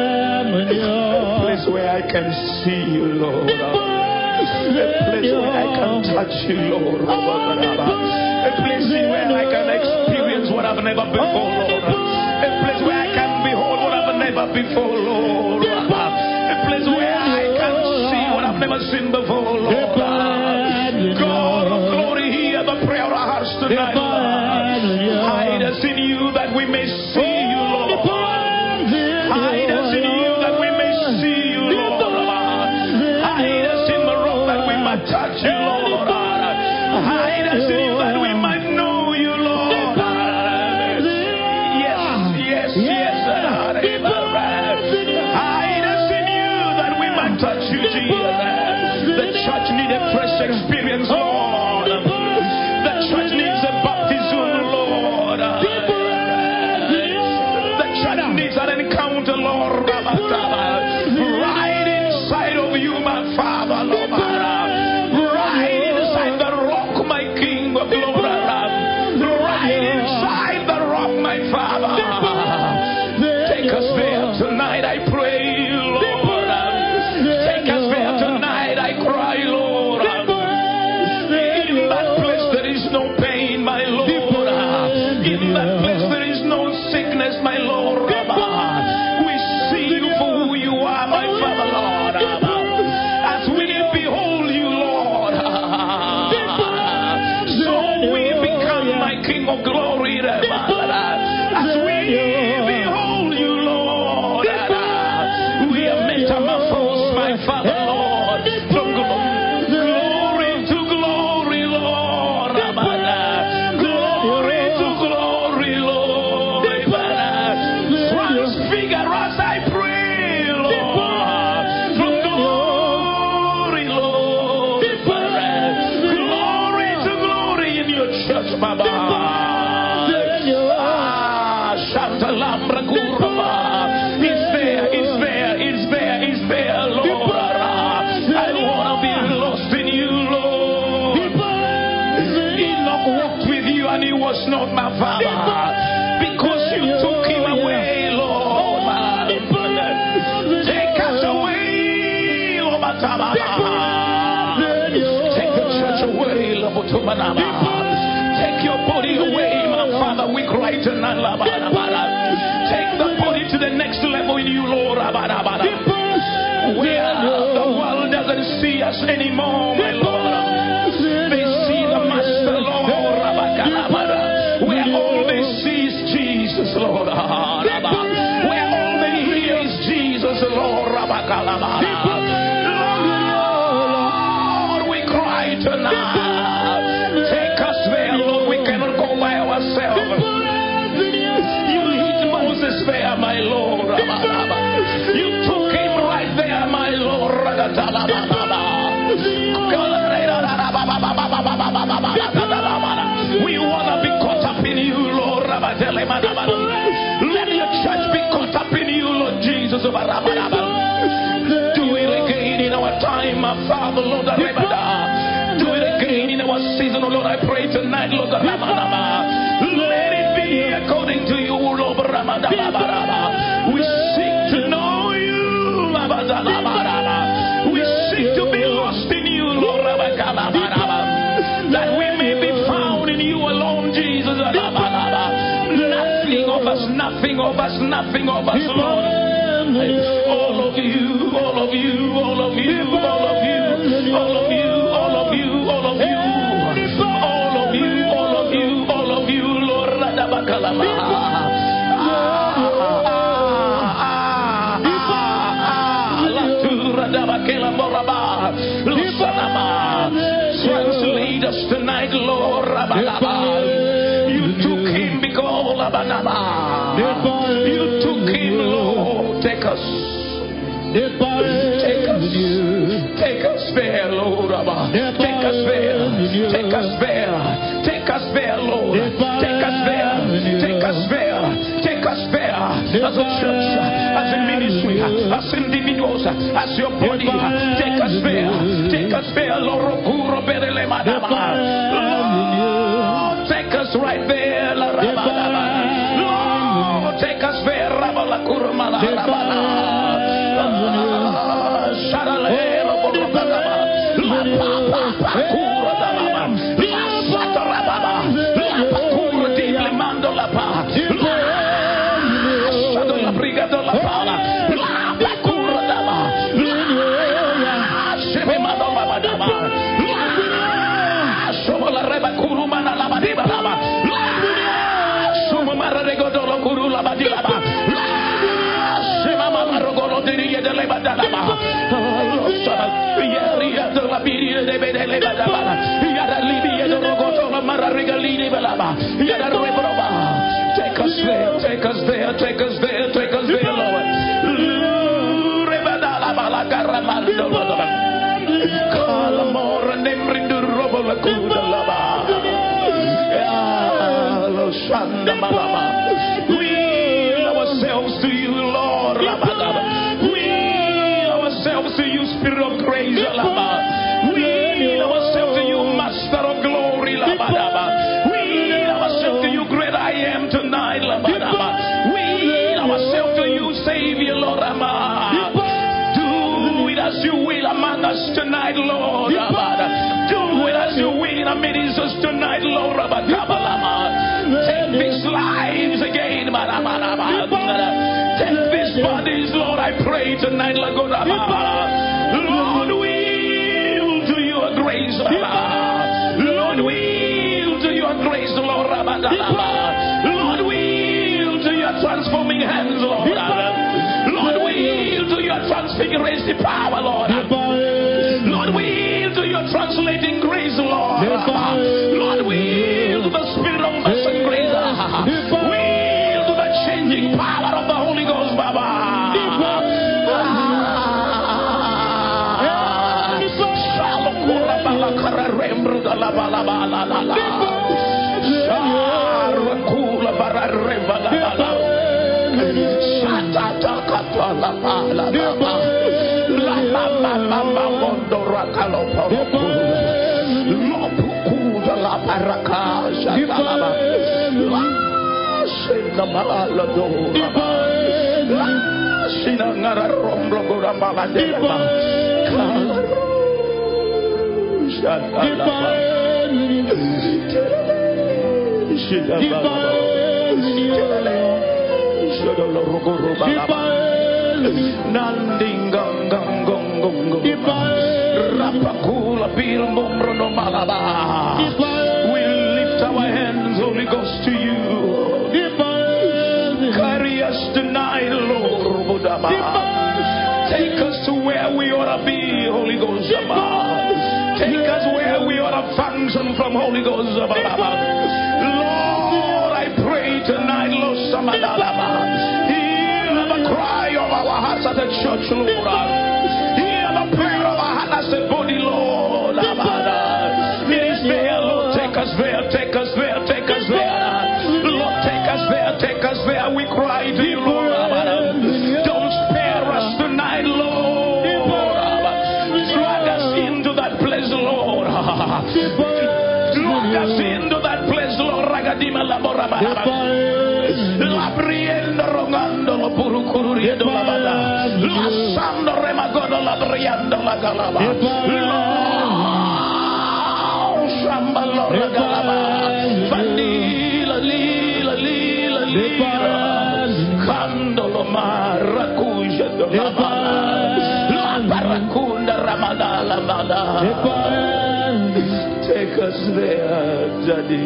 [SPEAKER 2] ever
[SPEAKER 1] A
[SPEAKER 2] knew,
[SPEAKER 1] place where I can see you, Lord. A place where I can touch you, Lord. A place where I can experience what I've never before, Lord. A place where I can behold what I've never before, Lord. A place where I can see what I've never seen before, Lord. God of glory, hear the prayer of our hearts tonight. Lord. Hide us in you that we may see you,
[SPEAKER 2] oh,
[SPEAKER 1] Lord. Hide us in you that we may see you, Lord. Hide us in the rock that we might touch you, Lord. Hide us in you that we might know you, Lord. Yes, yes, yes. Hide us in you that we might touch you, Jesus. The church needs a fresh experience, Lord. The church needs a baptism, Lord. The church needs an encounter, Lord. Right inside of you, my Father, Lord. Right inside the rock, my King of glory. Right inside the rock, my Father. Take us there tonight, I pray, Lord. Take us there tonight, I cry, Lord. In that place there is no pain, my Lord. In that place there is no sickness, my Lord. We see you for who you are, my Father, Lord. As we behold you, Lord, so we become my King of glory. As we behold you, Lord, we are metamorphosed, my Father, Lord. From glory to glory, Lord. Glory to glory, Lord. Transfigure us, I pray, Lord. From glory, Lord. Glory to glory in your church, Baba. Ah, Shantalambra Kuraba. It's there, it's there, it's there, it's there, Lord. I want to be lost in you, Lord. Enoch walked with you and he was not my father. Because you took him away, Lord. Take us away, Lord. Take the church away, Lord. Take your body away, my Father. We cry tonight, Lord. Take the body to the next level in you, Lord. Where the world doesn't see us anymore, my Lord. They see the Master, Lord. Where all they see is Jesus, Lord. Where all they hear is Jesus, Lord. Lord, we cry tonight. Take us there, Lord. We cannot go by ourselves. You hid Moses there, my Lord. You took him right there, my Lord. We want to be caught up in you, Lord. Let your church be caught up in you, Lord Jesus. Do it again in our time, my Father, Lord. Do it again in our season, oh Lord. I pray tonight, Lord. Let it be according to you, Lord. We seek to know you. We seek to be lost in you, Lord. That we may be found in you alone, Jesus. Nothing of us, nothing of us, nothing of us, Lord. All of you, all of you, all of you, all of you, all of you, all of you, all of you, all of you, all of you, all of you, Lord. Radabakalama. Translate us tonight, Lord. You took him because you took him, Lord. Take
[SPEAKER 2] Depart
[SPEAKER 1] us.
[SPEAKER 2] with you.
[SPEAKER 1] Take us there, Lord. Abba.
[SPEAKER 2] Depart
[SPEAKER 1] Take us there.
[SPEAKER 2] with you.
[SPEAKER 1] Take us there. Take us there, Lord.
[SPEAKER 2] Depart
[SPEAKER 1] Take us there.
[SPEAKER 2] with you.
[SPEAKER 1] Take us there. Take us there. As a
[SPEAKER 2] Depart
[SPEAKER 1] church, as a ministry,
[SPEAKER 2] with you.
[SPEAKER 1] as individuals, as your body.
[SPEAKER 2] Depart
[SPEAKER 1] Take us
[SPEAKER 2] with
[SPEAKER 1] there.
[SPEAKER 2] you.
[SPEAKER 1] Take us there, Lord. Rokuro berele madama.
[SPEAKER 2] Depart with you.
[SPEAKER 1] Lord, take us right there, la rabadaba. Lord, take us there, rabalakuruma la
[SPEAKER 2] Depart with you.
[SPEAKER 1] rabadaba. Take us there, take us there, take us there, take us there, Lord. Kalamora nemrindu robola kudalaba. Ya lo shanda malaba. We yield ourselves to you, Lord. Labadaba. We yield ourselves to you, Spirit of grace. Alaba. We yield ourselves to you, Master of glory. Labadaba. We yield ourselves to you, great I am tonight. Labadaba. We yield ourselves to you, Savior, Lord. Ama. Do it as you will among us tonight, Lord. Abada. Do it as you will amidst us tonight, Lord. Abadabalama. Take these lives again, Madamana. Take these bodies, Lord, I pray tonight, Lagodabada. Lord, we yield to your grace, Abada. Lord, we yield to your grace, Lord. Abadabalama. Lord, we yield to your transforming hands, Lord. Abada. Lord, we yield to your transfiguration power, Lord. Lord, we yield to your translating grace, Lord. Lord, we yield to the spirit of mercy and grace. We yield to the changing power of the Holy Ghost, Baba. Rapakula bilbum rono malaba. We lift our hands, Holy Ghost, to you. Carry us tonight, Lord. Budama. Take us to where we ought to be, Holy Ghost. Abba. Take us where we ought to function from, Holy Ghost. Abba. Lord, I pray tonight, Lord Samadalaba. Hear the cry of our hearts at the church, Lord. Hear the prayer of our heart as a body, Lord. Abba. It is there, Lord. Take us there, take us there, take us there. Lord, take us there, take us there. We cry to you, Lord. Abba. Don't spare us tonight, Lord. Abba. Drag us into that place, Lord. Drag us into that place, Lord. Ragadima labora baraba. Labriendo rogando lo puru curriendo la bala. Lasando remagodo labriando la galaba. Lord, samba lo regalaba. Vanilla, lila, lila, lila. Candolo maracuja do la bala. La barracunda ramada la bala. Take us there, Daddy.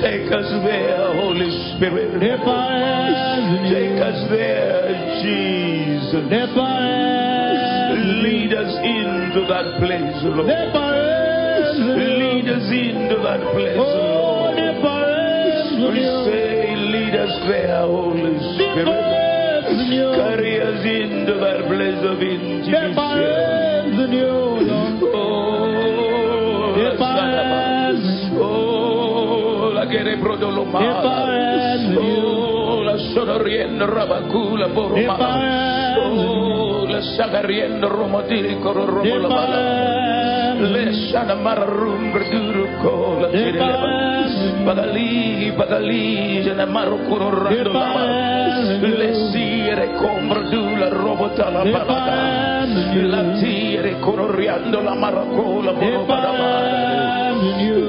[SPEAKER 1] Take us there, Holy Spirit. Take us there, Jesus. Lead us into that place, Lord. Lead us into that place,
[SPEAKER 2] Oh,
[SPEAKER 1] Lord. We say, lead us there, Holy Spirit. Carry us in eyes of him to
[SPEAKER 2] Get
[SPEAKER 1] be
[SPEAKER 2] my
[SPEAKER 1] sure.
[SPEAKER 2] hands in you, Lord.
[SPEAKER 1] Oh,
[SPEAKER 2] Get my hands in you.
[SPEAKER 1] Oh, la que reprodoloma.
[SPEAKER 2] If I had you.
[SPEAKER 1] Oh, la sonorien rabacula
[SPEAKER 2] If
[SPEAKER 1] boroma.
[SPEAKER 2] I had
[SPEAKER 1] Oh, la sagarien romotiri
[SPEAKER 2] If I
[SPEAKER 1] cororomoloma.
[SPEAKER 2] had you.
[SPEAKER 1] Leshana mararum berduru kola
[SPEAKER 2] If I
[SPEAKER 1] tirelema.
[SPEAKER 2] had you.
[SPEAKER 1] Bagali, bagali, jana maru kurorando
[SPEAKER 2] If I
[SPEAKER 1] lama.
[SPEAKER 2] had you.
[SPEAKER 1] Lesire combradula robota la
[SPEAKER 2] If I
[SPEAKER 1] balada.
[SPEAKER 2] had you.
[SPEAKER 1] La tire cororiando la maracola
[SPEAKER 2] If I
[SPEAKER 1] borobadaba.
[SPEAKER 2] had you.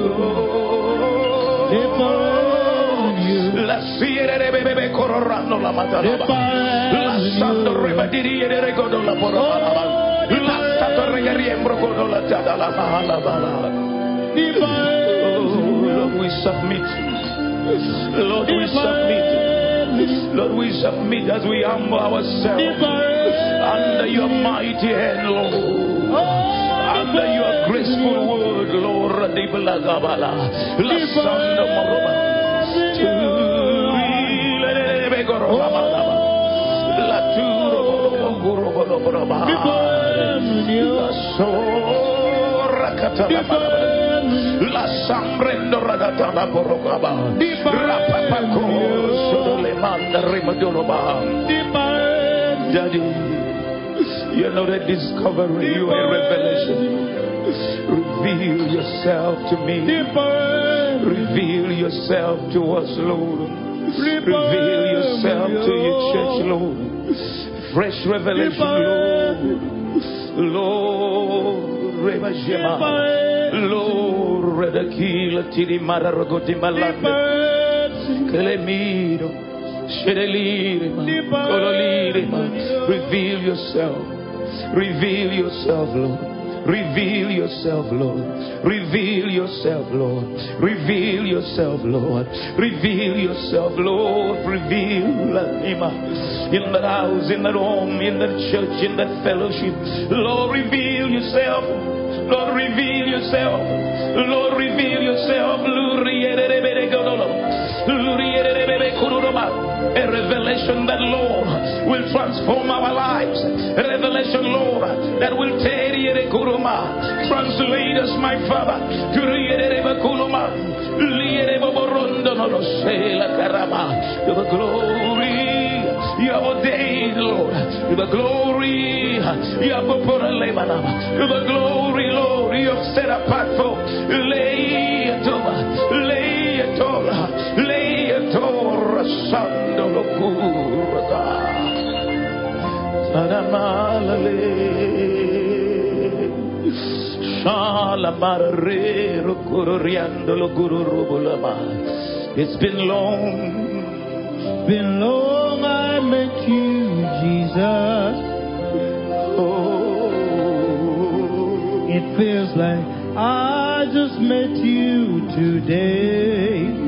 [SPEAKER 2] If I had you.
[SPEAKER 1] La sire de bebé cororando la
[SPEAKER 2] If I
[SPEAKER 1] matalaba.
[SPEAKER 2] had
[SPEAKER 1] La santo
[SPEAKER 2] you.
[SPEAKER 1] rebadiri e recodo la borobadaba. La santo regariembro con la tada la mahalabala.
[SPEAKER 2] If I had
[SPEAKER 1] Oh,
[SPEAKER 2] you.
[SPEAKER 1] Lord, we submit. Lord, we
[SPEAKER 2] If I
[SPEAKER 1] submit.
[SPEAKER 2] had you.
[SPEAKER 1] Lord, we submit as we humble
[SPEAKER 2] If
[SPEAKER 1] ourselves
[SPEAKER 2] I had
[SPEAKER 1] under your
[SPEAKER 2] you.
[SPEAKER 1] mighty hand, Lord. Under your graceful word, Lord, Radibla Gabala, Lasanda Moroba, Turilelebegorobaba, Laturobogorobaba, Lasorakatalaba, Lasambrendo Ragatala Borogaba, Rapapako, Sodolemanda Rimadoroba. Daddy, you're not a discovery, you're a revelation. Reveal yourself to me. Reveal yourself to us, Lord. Reveal yourself to your church, Lord. Fresh revelation, Lord. Lord, Reba Shema. Lord, Redakila Tidi Mararagoti Malanda. Clemiro, Shedelire, Cololire, reveal yourself. Reveal yourself, Lord. Reveal yourself, Lord. Reveal yourself, Lord. Reveal yourself, Lord. Reveal yourself, Lord. Reveal Lima. In the house, in the home, in the church, in the fellowship. Lord, reveal yourself. Lord, reveal yourself. Lord, reveal yourself. Lord, a revelation that, Lord, will transform our lives. A revelation, Lord, that will translate us, my Father, to to the glory you have ordained, Lord, to the glory you have put a Lebanon, to the glory, Lord, you have set apart for lay it over, lay it over, lay it over, Sandolokura. Sadamalale. Shalamarero kururiandolo kururubulama. It's been long
[SPEAKER 2] Been long I met you, Jesus.
[SPEAKER 1] Oh,
[SPEAKER 2] It feels like I just met you today.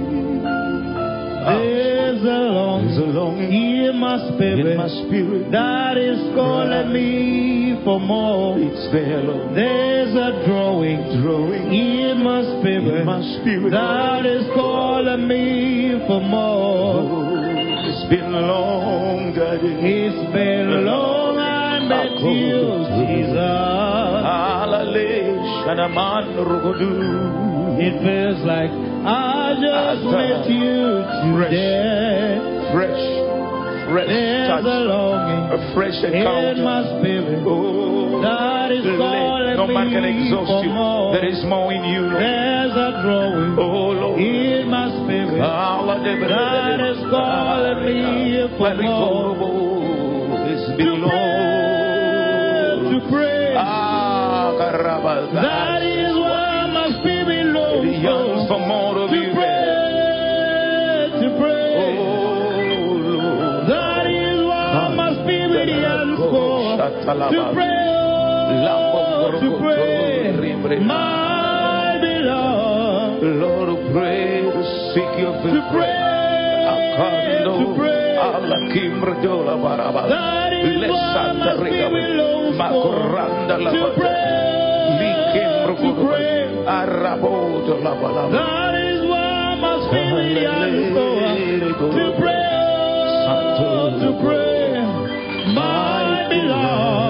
[SPEAKER 2] There's a
[SPEAKER 1] there's a
[SPEAKER 2] long
[SPEAKER 1] longing
[SPEAKER 2] in my
[SPEAKER 1] in
[SPEAKER 2] spirit
[SPEAKER 1] my spirit.
[SPEAKER 2] that is calling me for more.
[SPEAKER 1] It's there, Lord.
[SPEAKER 2] There's a drawing
[SPEAKER 1] Drawing
[SPEAKER 2] in my
[SPEAKER 1] in
[SPEAKER 2] spirit
[SPEAKER 1] my spirit.
[SPEAKER 2] that is calling me for more.
[SPEAKER 1] Oh, it's been long, Daddy.
[SPEAKER 2] It's been long I
[SPEAKER 1] Ah,
[SPEAKER 2] met you, Jesus.
[SPEAKER 1] Hallelujah. Shanaman Rogodu.
[SPEAKER 2] It feels like I just
[SPEAKER 1] Asa.
[SPEAKER 2] met you today.
[SPEAKER 1] Fresh, fresh
[SPEAKER 2] There's a
[SPEAKER 1] touch,
[SPEAKER 2] longing
[SPEAKER 1] a fresh
[SPEAKER 2] in
[SPEAKER 1] encounter.
[SPEAKER 2] my spirit
[SPEAKER 1] Oh,
[SPEAKER 2] that is calling
[SPEAKER 1] no man can
[SPEAKER 2] me for
[SPEAKER 1] exhaust you.
[SPEAKER 2] more.
[SPEAKER 1] There is more in you, Lord.
[SPEAKER 2] There's a drawing
[SPEAKER 1] Oh, Lord.
[SPEAKER 2] in my
[SPEAKER 1] Ah.
[SPEAKER 2] spirit
[SPEAKER 1] God
[SPEAKER 2] is calling me for
[SPEAKER 1] more. It's been long.
[SPEAKER 2] to pray.
[SPEAKER 1] Ah, caramba,
[SPEAKER 2] That is why my spirit
[SPEAKER 1] It yearns
[SPEAKER 2] longs
[SPEAKER 1] for
[SPEAKER 2] for
[SPEAKER 1] more of
[SPEAKER 2] to
[SPEAKER 1] you.
[SPEAKER 2] pray, to pray.
[SPEAKER 1] Oh, Ah. Lord.
[SPEAKER 2] That is why my spirit yearns
[SPEAKER 1] Oh,
[SPEAKER 2] for to pray, to pray, my beloved,
[SPEAKER 1] Lord, pray to seek your
[SPEAKER 2] to
[SPEAKER 1] face.
[SPEAKER 2] pray, to
[SPEAKER 1] Acando,
[SPEAKER 2] pray.
[SPEAKER 1] alla Kimbrodola Barabas.
[SPEAKER 2] That is why my spirit longs
[SPEAKER 1] Macoranda
[SPEAKER 2] for
[SPEAKER 1] la
[SPEAKER 2] to pray, to pray.
[SPEAKER 1] Arabodo la balaba.
[SPEAKER 2] That is why my spirit yearns for to pray, to pray, my beloved. oh, oh,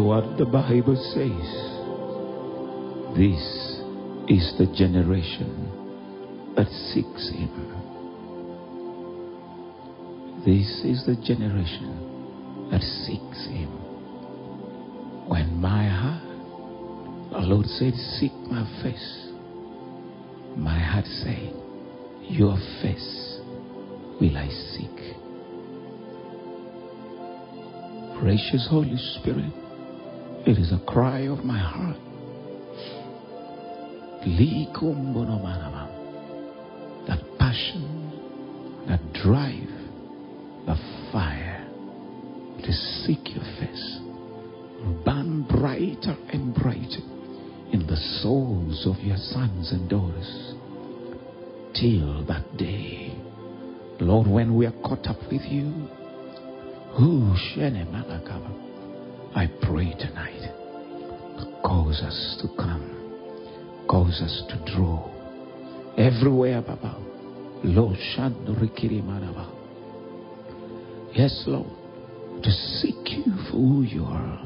[SPEAKER 1] what the Bible says. This is the generation that seeks Him. This is the generation that seeks Him. When my heart, the Lord said, Seek my face, my heart said, Your face will I seek precious Holy Spirit, it is a cry of my heart. That passion, that drive, the fire to seek your face, burn brighter and brighter in the souls of your sons and daughters till that day. Lord, when we are caught up with you, I pray tonight. Cause us to come. Cause us to draw. Everywhere, Baba. Lord, Yes, Lord. To seek you for who you are.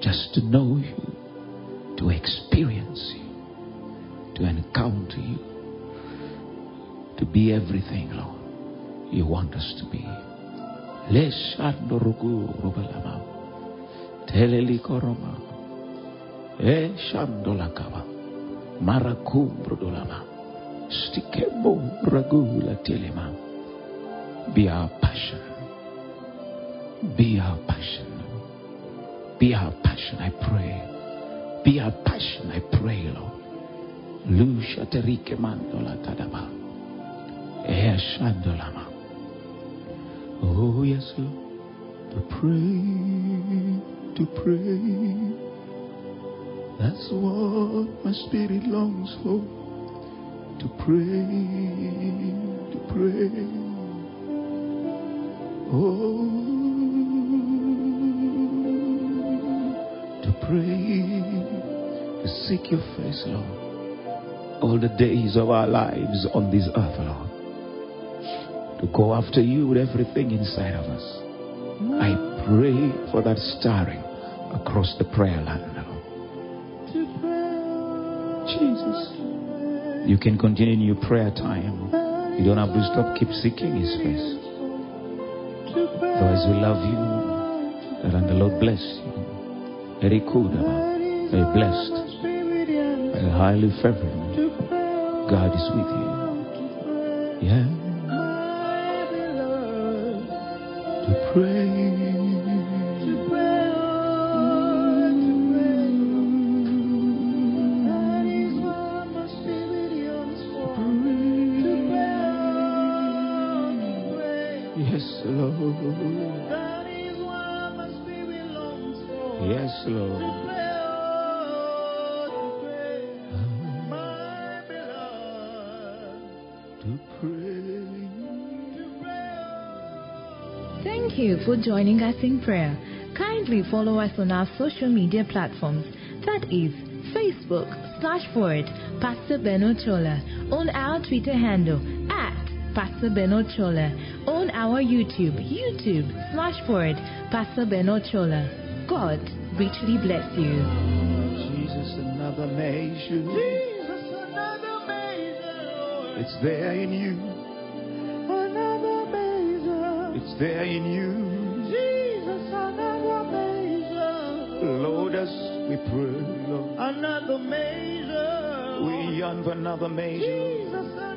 [SPEAKER 1] Just to know you. To experience you. To encounter you. To be everything, Lord, you want us to be. Leshando rugu rubalama. Teleliko roma. E shando lakaba. Marakumbro dolama. Stikebo ragula telema. Be our passion. Be our passion. Be our passion, I pray. Be our passion, I pray, Lord. Lusha terike mandola kadaba. E shando lama. Oh, yes, Lord. To pray, to pray. That's what my spirit longs for. To pray, to pray. Oh, to pray, to seek your face, Lord. All the days of our lives on this earth, Lord to go after you with everything inside of us. I pray for that stirring across the prayer land now. Jesus. You can continue in your prayer time. You don't have to stop, keep seeking His face. Though as we love you, that and the Lord bless you. Very good, very blessed, very highly favored.
[SPEAKER 2] oh,
[SPEAKER 1] God is with you. Yeah. pray.
[SPEAKER 2] oh, oh,
[SPEAKER 1] Yes, Lord. Yes, Lord. To pray.
[SPEAKER 3] Thank you for joining us in prayer. Kindly follow us on our social media platforms. That is Facebook slash forward Pastor Beno Chola. On our Twitter handle at Pastor Beno Chola. On our YouTube, YouTube slash forward Pastor Beno Chola. God richly bless you.
[SPEAKER 1] Jesus, another measure.
[SPEAKER 2] Jesus, another measure.
[SPEAKER 1] It's there in you. It's there in you.
[SPEAKER 2] Jesus, another measure.
[SPEAKER 1] Load us, we pray, Lord.
[SPEAKER 2] Another measure.
[SPEAKER 1] We yearn for another measure.
[SPEAKER 2] Jesus,